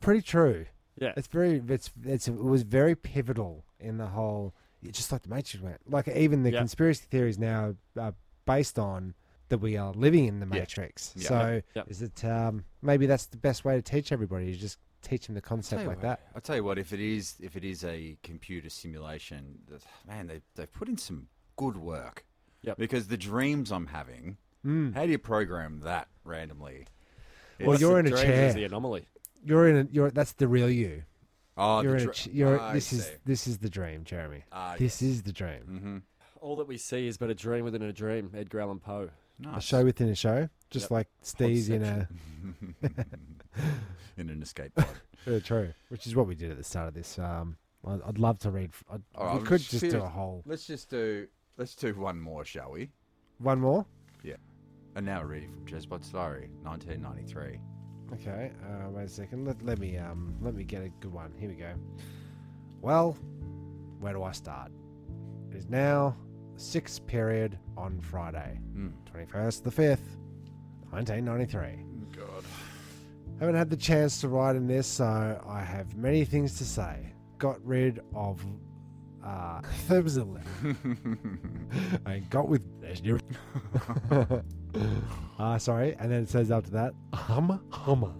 C: pretty true.
D: Yeah,
C: It's very it's it's it was very pivotal in the whole. It's just like the Matrix, man. Like even the
D: Yeah.
C: conspiracy theories now are based on that we are living in the Matrix.
B: Yeah.
C: So
D: Yep.
C: is it um, maybe that's the best way to teach everybody? You just teach them the
B: Tell
C: concept
B: you
C: like
B: what-
C: that.
B: I'll tell you what, if it is if it is a computer simulation, that- man, they they've put in some good work.
D: Yep.
B: Because the dreams I'm having,
C: Mm.
B: how do you program that randomly?
C: Well,
B: It's-
C: you're in
D: The
C: a
D: dreams
C: chair.
D: Is the anomaly.
C: You're in. A, you're that's the real you.
B: oh, the
C: you're in. A,
B: dr-
C: ch- you're.
B: I
C: this is
B: see.
C: this is the dream, Jeremy.
B: Ah,
C: this is the dream.
B: Mm-hmm.
D: All that we see is but a dream within a dream. Edgar Allan Poe.
C: A
B: nice.
C: show within a show, just
D: Yep.
C: like Steve's in a.
B: in an escape pod.
C: Uh, true. Which is what we did at the start of this. Um, I- I'd love to read. f- I'd,
B: All right,
C: we
B: I'm
C: could
B: just
C: just do a
B: serious.
C: whole
B: let's just do let's do one more, shall we?
C: one more.
B: And now reading from Jezbot's Diary, 1993.
C: Okay. Uh, wait a second. Let, let me um let me get a good one. Here we go. Well, where do I start? It is now sixth period on Friday,
B: Mm.
C: twenty first the fifth, nineteen ninety three.
B: God.
C: Haven't had the chance to write in this, so I have many things to say. Got rid of uh, Thumbsily. I got with. Ah, sorry. And then it says after that, hum hummer.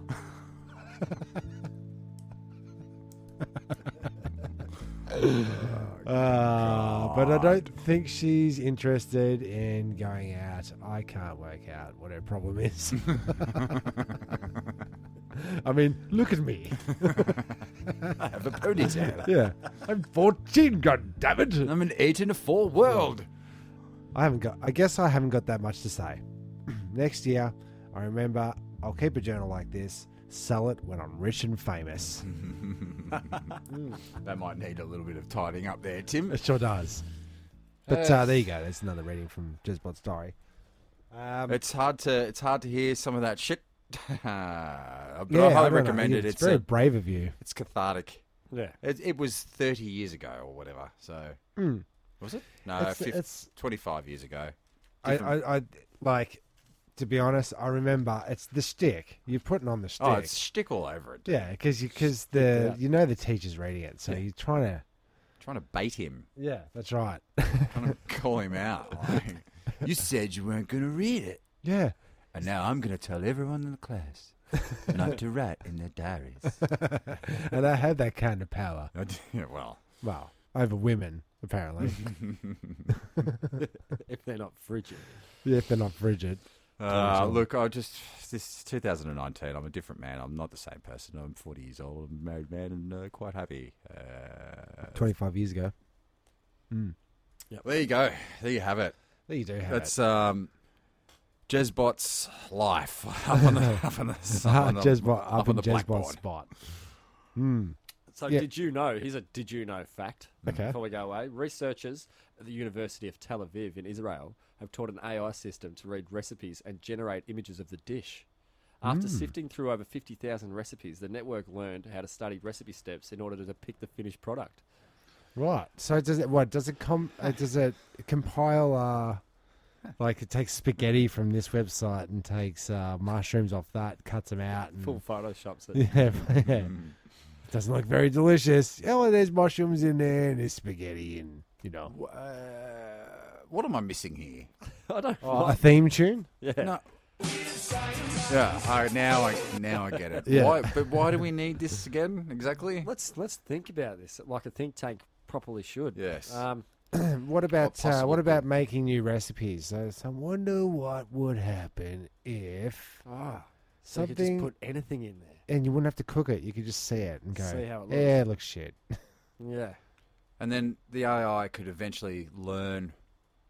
C: Uh, but I don't think she's interested in going out. I can't work out what her problem is. I mean, look at me.
B: I have a ponytail.
C: Yeah. I'm 14, God damn it.
B: I'm an eight in a four world.
C: I haven't got. I guess I haven't got that much to say. Next year, I remember I'll keep a journal like this, sell it when I'm rich and famous.
B: That might need a little bit of tidying up there, Tim.
C: It sure does. But uh, there you go. There's another reading from Jezbot's diary. Um,
B: It's hard to it's hard to hear some of that shit. but
C: yeah,
B: I highly
C: don't know.
B: recommend it.
C: It's,
B: It's
C: very
B: a-
C: brave of you.
B: it's cathartic.
D: Yeah,
B: It, it was 30 years ago or whatever. So
C: Mm.
B: was it? No,
C: it's,
B: Uh, fif-
C: it's
B: 25 years ago.
C: I, I, I, like, to be honest, I remember it's the stick. You're putting on the stick.
B: Oh, it's shtick all over it.
C: yeah, because you, cause the
D: out.
C: you know the teacher's reading it, so you're trying to.
B: Trying to bait him,
C: Yeah, that's right.
B: trying to call him out. Like, you said you weren't going to read it.
C: Yeah,
B: And now I'm going to tell everyone in the class not to write in their diaries.
C: and I have that kind of power.
B: I d- yeah, well,
C: Well, over women, apparently.
D: if they're not frigid.
C: yeah, if they're not frigid.
B: uh, look, I just this is 2019. I'm a different man. I'm not the same person. I'm 40 years old. I'm a married man and uh, quite happy. Uh,
C: 25 years ago.
B: there you go. There you have it.
C: There you do have
B: That's
C: it.
B: um, Jezbot's life up on the up on the,
C: Ah,
B: up on the,
C: Jezbot, up,
B: up on
C: in
B: the
C: Jezbot's
B: blackboard.
C: spot. Hmm.
D: So
C: Yeah. Mm-hmm.
D: did you know? Here's a did you know fact.
C: Okay.
D: Before we go away, researchers at the University of Tel Aviv in Israel have taught an AI system to read recipes and generate images of the dish. After
C: Mm.
D: sifting through over 50,000 recipes, the network learned how to study recipe steps in order to depict the finished product.
C: Right. So does it? What does it come? Uh, does it compile? Uh, like it takes spaghetti from this website and takes uh, mushrooms off that, cuts them out. And,
D: Full photoshops it.
C: Mm. Yeah, yeah. Doesn't look very delicious. Yeah, well, there's mushrooms in there and there's spaghetti and, you know.
B: Wha- uh, what am I missing here?
D: I don't.
C: a theme tune?
D: Yeah.
B: No. Yeah, I, now I now I get it.
C: Yeah.
B: Why, but why do we need this again exactly?
D: Let's let's think about this like a think tank properly should.
B: Yes.
D: Um,
C: What about uh,
B: possible
C: what
B: good.
C: about making new recipes? So, so I wonder what would happen if
D: ah, so you could
C: something,
D: just put anything in there.
C: and you wouldn't have to cook it. You could just see it and go,
D: See how it looks.
C: yeah, it looks shit.
D: Yeah.
B: And then the AI could eventually learn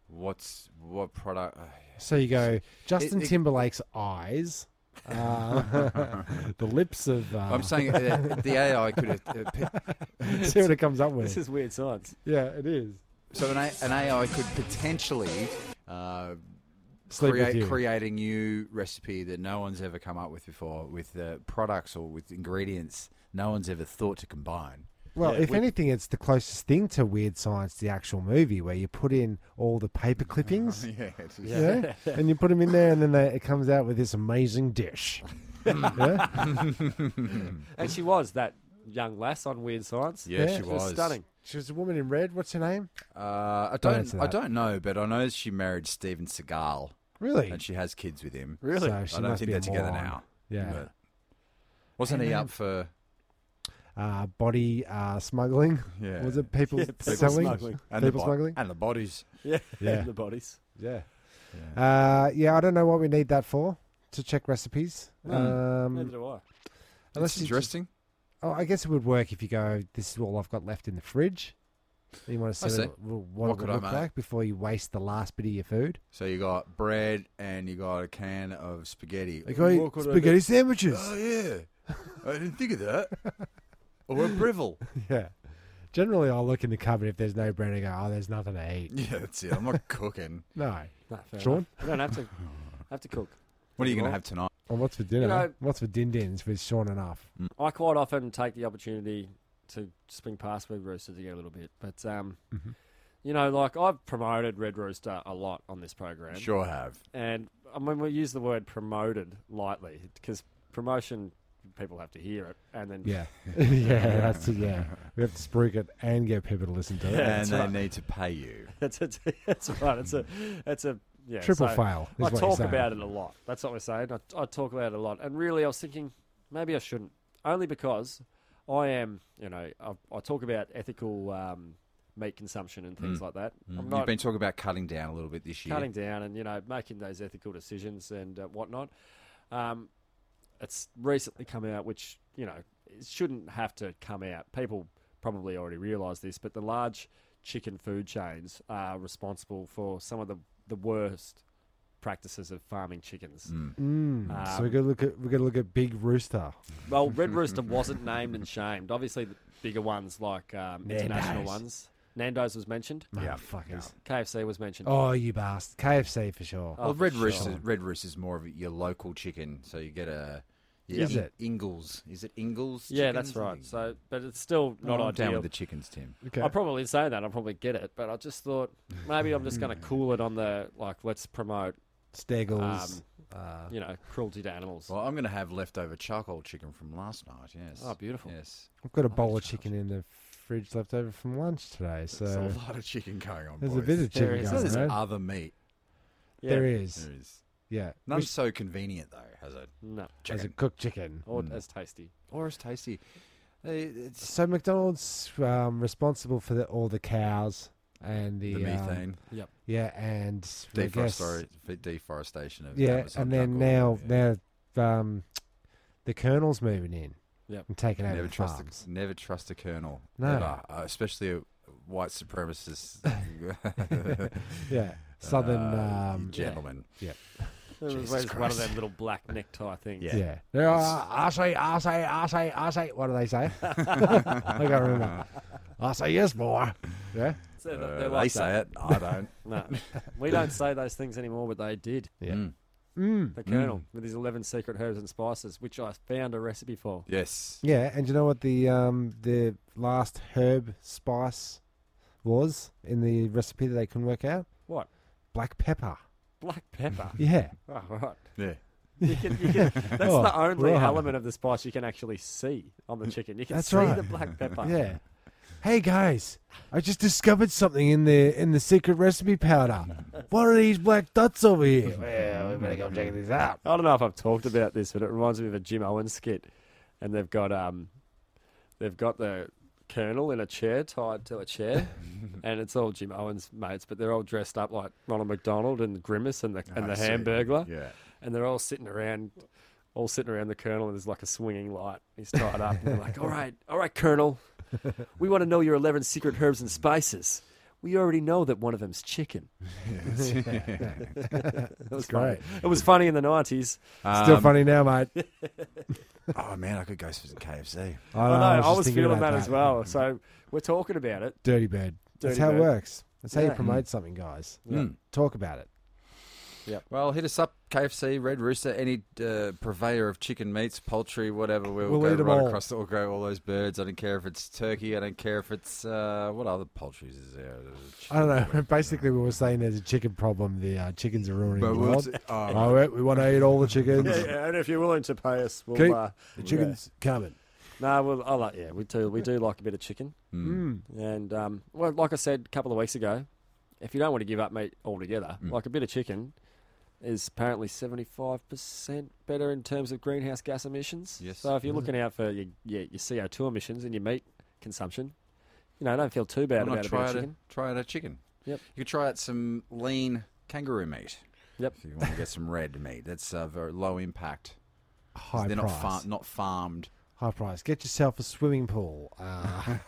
B: what's what product. uh,
C: So you go, Justin
B: it-
C: Timberlake's eyes, uh, the lips of. Uh,
B: I'm saying uh, the AI could. Uh, p-
C: see what it comes up with.
D: This is weird science.
C: yeah, it is.
B: so an, A- an AI could potentially uh,
C: Sleep with
B: create
C: you.
B: create a new recipe that no one's ever come up with before, with uh, products or with ingredients no one's ever thought to combine.
C: Well,
D: Yeah,
C: if
D: we-
C: anything, it's the closest thing to Weird Science, the actual movie, where you put in all the paper clippings.
B: Yeah, it's just-
C: Yeah. and you put them in there, and then they, it comes out with this amazing dish. yeah?
D: And she was that young lass on Weird Science.
B: yeah,
C: Yeah.
B: she
D: She
B: was
D: was stunning.
C: She was a woman in red. What's her name?
B: Uh, I
C: Don't
B: don't,
C: answer
B: I
C: that.
B: don't know, but I know she married Steven Seagal,
C: Really?
B: and she has kids with him.
D: Really?
C: So she
B: I don't
C: must
B: think
C: be a
B: they're together
C: moron.
B: now.
C: Yeah.
B: but- wasn't he
C: Hey,
B: up
C: man.
B: for?
C: Uh, body uh, smuggling.
B: Yeah,
C: Was it people
D: Yeah, people
C: selling?
D: smuggling.
B: and the
C: people
B: bo-
C: smuggling?
B: and the bodies?
D: Yeah.
C: Yeah.
D: the bodies.
C: Yeah.
B: Yeah.
C: Uh, yeah, I don't know what we need that for to check recipes.
B: No,
D: Neither
C: Um,
D: do I.
B: That's
C: unless you just,
B: interesting.
C: oh, I guess it would work if you go. This is all I've got left in the fridge. And You want to
B: I
C: see
B: see.
C: what, what,
B: What
C: it would
B: could I
C: look
B: make?
C: like before you waste the last bit of your food.
B: So you got bread and you got a can of spaghetti. What could I do?
C: sandwiches.
B: Oh yeah, I didn't think of that. or a brivel.
C: yeah. Generally, I'll look in the cupboard if there's no bread. I go, oh, there's nothing to eat.
B: Yeah, that's it. I'm not cooking.
C: No.
D: No, fair
C: Sean?
D: enough. You don't have to have to cook.
B: What are you going to have tonight?
C: And Oh, what's for dinner?
D: know-
C: what's for din dins with Sean and Uff?
D: I quite often take the opportunity to swing past Red Rooster to get a little bit, but um,
C: Mhm.
D: you know, like I've promoted Red Rooster a lot on this program,
B: Sure have.
D: and I mean we use the word promoted lightly because promotion people have to hear it, and then
C: Yeah. yeah, that's it. Yeah. We have to spruik it and get people to listen to it.
D: Yeah,
B: and
D: that's
B: they
D: right.
B: need to pay you.
D: it's, it's, it's right, it's a it's a yeah,
C: Triple
D: so
C: fail. Is
D: I
C: what
D: talk about it a lot. That's what we're saying. I, I talk about it a lot, and really, I was thinking maybe I shouldn't, only because I am, you know, I, I talk about ethical um, meat consumption and things
B: Mm.
D: like that. I'm
B: You've
D: not
B: been talking about cutting down a little bit this year.
D: cutting down and you know making those ethical decisions and uh, whatnot. Um, it's recently come out, which you know it shouldn't have to come out. People probably already realise this, but the large chicken food chains are responsible for some of the the worst practices of farming chickens.
B: Mm.
C: Mm. so we
D: Um,
C: got to look at we got to look at Big Rooster.
D: Well, Red Rooster wasn't named and shamed. Obviously, the bigger ones like um, international
C: Nando's.
D: ones. Nando's was mentioned.
B: Yeah.
C: Motherfuckers.
D: KFC was mentioned.
C: Oh, you bastard. KFC for sure.
D: Oh,
B: well, Red
D: for sure.
B: Rooster, Red Rooster is more of your local chicken, so you get a. your
C: Is
B: In-
C: it?
B: Ingles? Is it Ingles?
D: yeah, that's
B: chickens?
D: right. So, but it's still not
B: I'm down
D: ideal.
B: with the chickens, Tim.
C: Okay.
D: Uh, I probably say that. I probably get it, but I just thought maybe I'm just going to cool it on the like. Let's promote,
C: Steggles.
D: um,
C: uh,
D: you know, cruelty to animals.
B: Well, I'm going to have leftover charcoal chicken from last night. Yes.
D: oh, beautiful.
B: Yes.
C: I've got a
D: oh,
C: bowl of
D: God.
C: chicken in the fridge left over from lunch today. So
B: There's a lot of chicken going on.
C: there's a
B: boys.
C: bit of
D: There
C: chicken
D: is.
B: So
C: going
B: there's
C: on.
B: other meat.
D: Yeah.
C: There is.
B: There is.
C: Yeah.
B: None
C: Which-
B: so convenient though, has it?
D: No,
C: as a
B: Chicken.
C: cooked chicken.
D: or
B: Mm.
D: as tasty.
B: Or as tasty. Uh, It's
C: So McDonald's um, responsible for the, all the cows and the,
B: the
C: um,
B: methane,
C: yeah, and I guess-
B: deforesta- deforestation of the
C: Yeah,
B: Amazon
C: and then now
B: jungle. Yeah.
C: now um, the colonel's moving in.
D: Yep.
C: And taking over
B: never
C: the
B: trust
C: farms.
B: a, never trust a colonel.
C: No.
B: Ever. Uh, especially a white supremacist.
C: yeah, southern.
B: uh,
C: um, yeah.
B: gentleman.
D: There was
B: Jesus
D: always one of
B: Christ.
D: them little black necktie things.
B: Yeah.
C: They're, uh, I say, I say, I say, I say. What do they say? I can't remember. I say yes, boy. Yeah,
D: So they-
B: Uh,
D: they're
B: they
D: like
B: say
D: that.
B: it. I don't.
D: No, we don't say those things anymore, but they did.
C: yeah.
B: Mm.
C: Mm.
D: The
B: Mm.
D: Colonel with his eleven secret herbs and spices, which I found a recipe for.
B: Yes.
C: Yeah, and you know what the um the last herb spice was in the recipe that they couldn't work out?
D: What?
C: Black pepper.
D: black pepper.
C: Yeah.
D: oh, right.
B: Yeah.
D: You can, you can, that's
C: Oh,
D: the only
C: right.
D: element of the spice you can actually see on the chicken. You can
C: That's
D: see
C: right.
D: the black pepper.
C: Yeah. Hey guys, I just discovered something in the in the secret recipe powder. What are these black dots over here? Well, we better go check these out.
D: I don't know if I've talked about this, but it reminds me of a Jim Owen skit, and they've got um, they've got the colonel in a chair tied to a chair, and it's all Jim Owen's mates, but they're all dressed up like Ronald McDonald and Grimace and the and the
B: I see.
D: Hamburglar,
B: Yeah.
D: and they're all sitting around, all sitting around the colonel, and there's like a swinging light. He's tied up, and they're like, "All right, all right, Colonel, we want to know your eleven secret herbs and spices." We already know that one of them's chicken. That was
C: great.
D: funny. It was funny in the nineties.
C: Still
B: Um,
C: funny now, mate. I,
B: Oh man, I could go for some KFC.
D: I know. I
C: just
D: was
C: thinking
D: feeling
C: about
D: that as well. So we're talking about it.
C: Dirty bird. That's
D: Dirty
C: how
D: bird.
C: it works. That's how you
D: Yeah.
C: promote something, guys.
B: Mm.
C: Talk about it.
B: Well, hit us up, KFC, Red Rooster, any uh, purveyor of chicken meats, poultry, whatever. We'll,
C: We'll
B: go
C: eat 'em
B: right
C: all.
B: across. The, we'll grow all those birds. I don't care if it's turkey. I don't care if it's uh, what other poultries is there.
C: I don't know. Basically, we were saying there's a chicken problem. The uh, chickens are ruining
B: But
C: the
B: we'll
C: world.
B: t- oh,
C: All right, we want to eat all the chickens.
D: and if you're willing to pay us, we'll. uh,
C: Keep- The chickens coming.
D: nah, well, I like. Yeah, we do. We do like a bit of chicken.
B: mm.
D: And um, well, like I said a couple of weeks ago, if you don't want to give up meat altogether,
B: Mm.
D: like a bit of chicken is apparently 75% better in terms of greenhouse gas emissions.
B: Yes.
D: So if you're
C: Yeah.
D: looking out for your, your, your CO2 emissions and your meat consumption, you know, don't feel too bad
B: Why not
D: about a bit
B: try
D: of
B: out a,
D: chicken.
B: try out a chicken?
D: Yep.
B: You could try out some lean kangaroo meat.
D: Yep.
B: If you want to get some red meat, that's uh, very low impact. 'cause
C: High
B: they're
C: price.
B: not far- not farmed.
C: High price. Get yourself a swimming pool. Uh,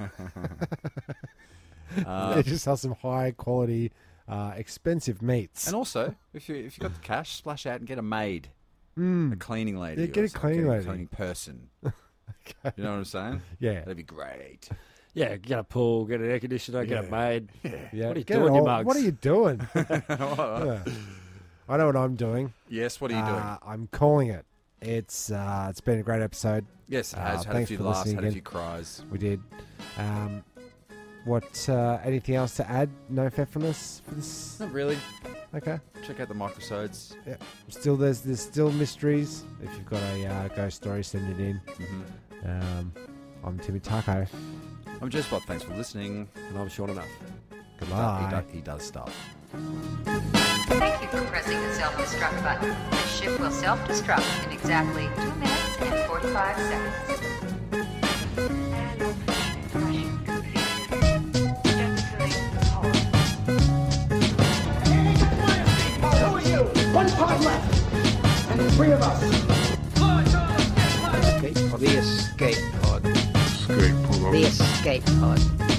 B: Uh,
C: they just have some high quality, uh, expensive meats.
B: and also, if you if you got the cash, splash out and get a maid,
C: Mm.
B: a cleaning lady.
C: Yeah,
B: or
C: get a
B: something,
C: cleaning
B: a
C: lady.
B: cleaning person. You know what I'm saying?
C: Yeah,
B: That'd be great.
D: Yeah, get a pool, get an air conditioner,
C: Yeah.
D: get it made.
C: yeah.
D: What are you
C: Get it
D: doing, you
C: all-
D: mugs?
C: What are you doing? Yeah. I know what I'm doing.
B: yes. What are you doing?
C: Uh, I'm calling it. It's uh, it's been a great episode.
B: Yes, it has
C: uh,
B: had a
C: thanks
B: few
C: for
B: laughs,
C: listening
B: had a
C: again.
B: few cries.
C: We did. Um, what? Uh, anything else to add? No faithfulness for this.
B: Not really.
C: Okay.
B: Check out the microsodes.
C: Still, there's there's still mysteries. If you've got a uh, ghost story, send it in.
B: hmm
C: Um, I'm Timmy Taco.
B: I'm just Bob. Thanks for listening.
D: And I'm short enough.
B: He,
C: Goodbye.
B: do- he does stuff.
A: Thank you for pressing the self-destruct button. The ship will self-destruct in exactly 2 minutes and 45 seconds.
F: Who are you? One pod left, and there's three of us.
G: The escape pod. The escape pod.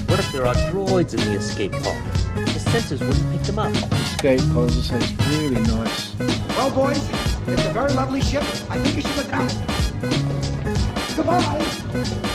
E: What if there are droids in the escape pod? The sensors wouldn't pick them up.
G: Escape pod sounds really nice.
F: Well, boys, it's a very lovely ship. I think you should look out. Goodbye.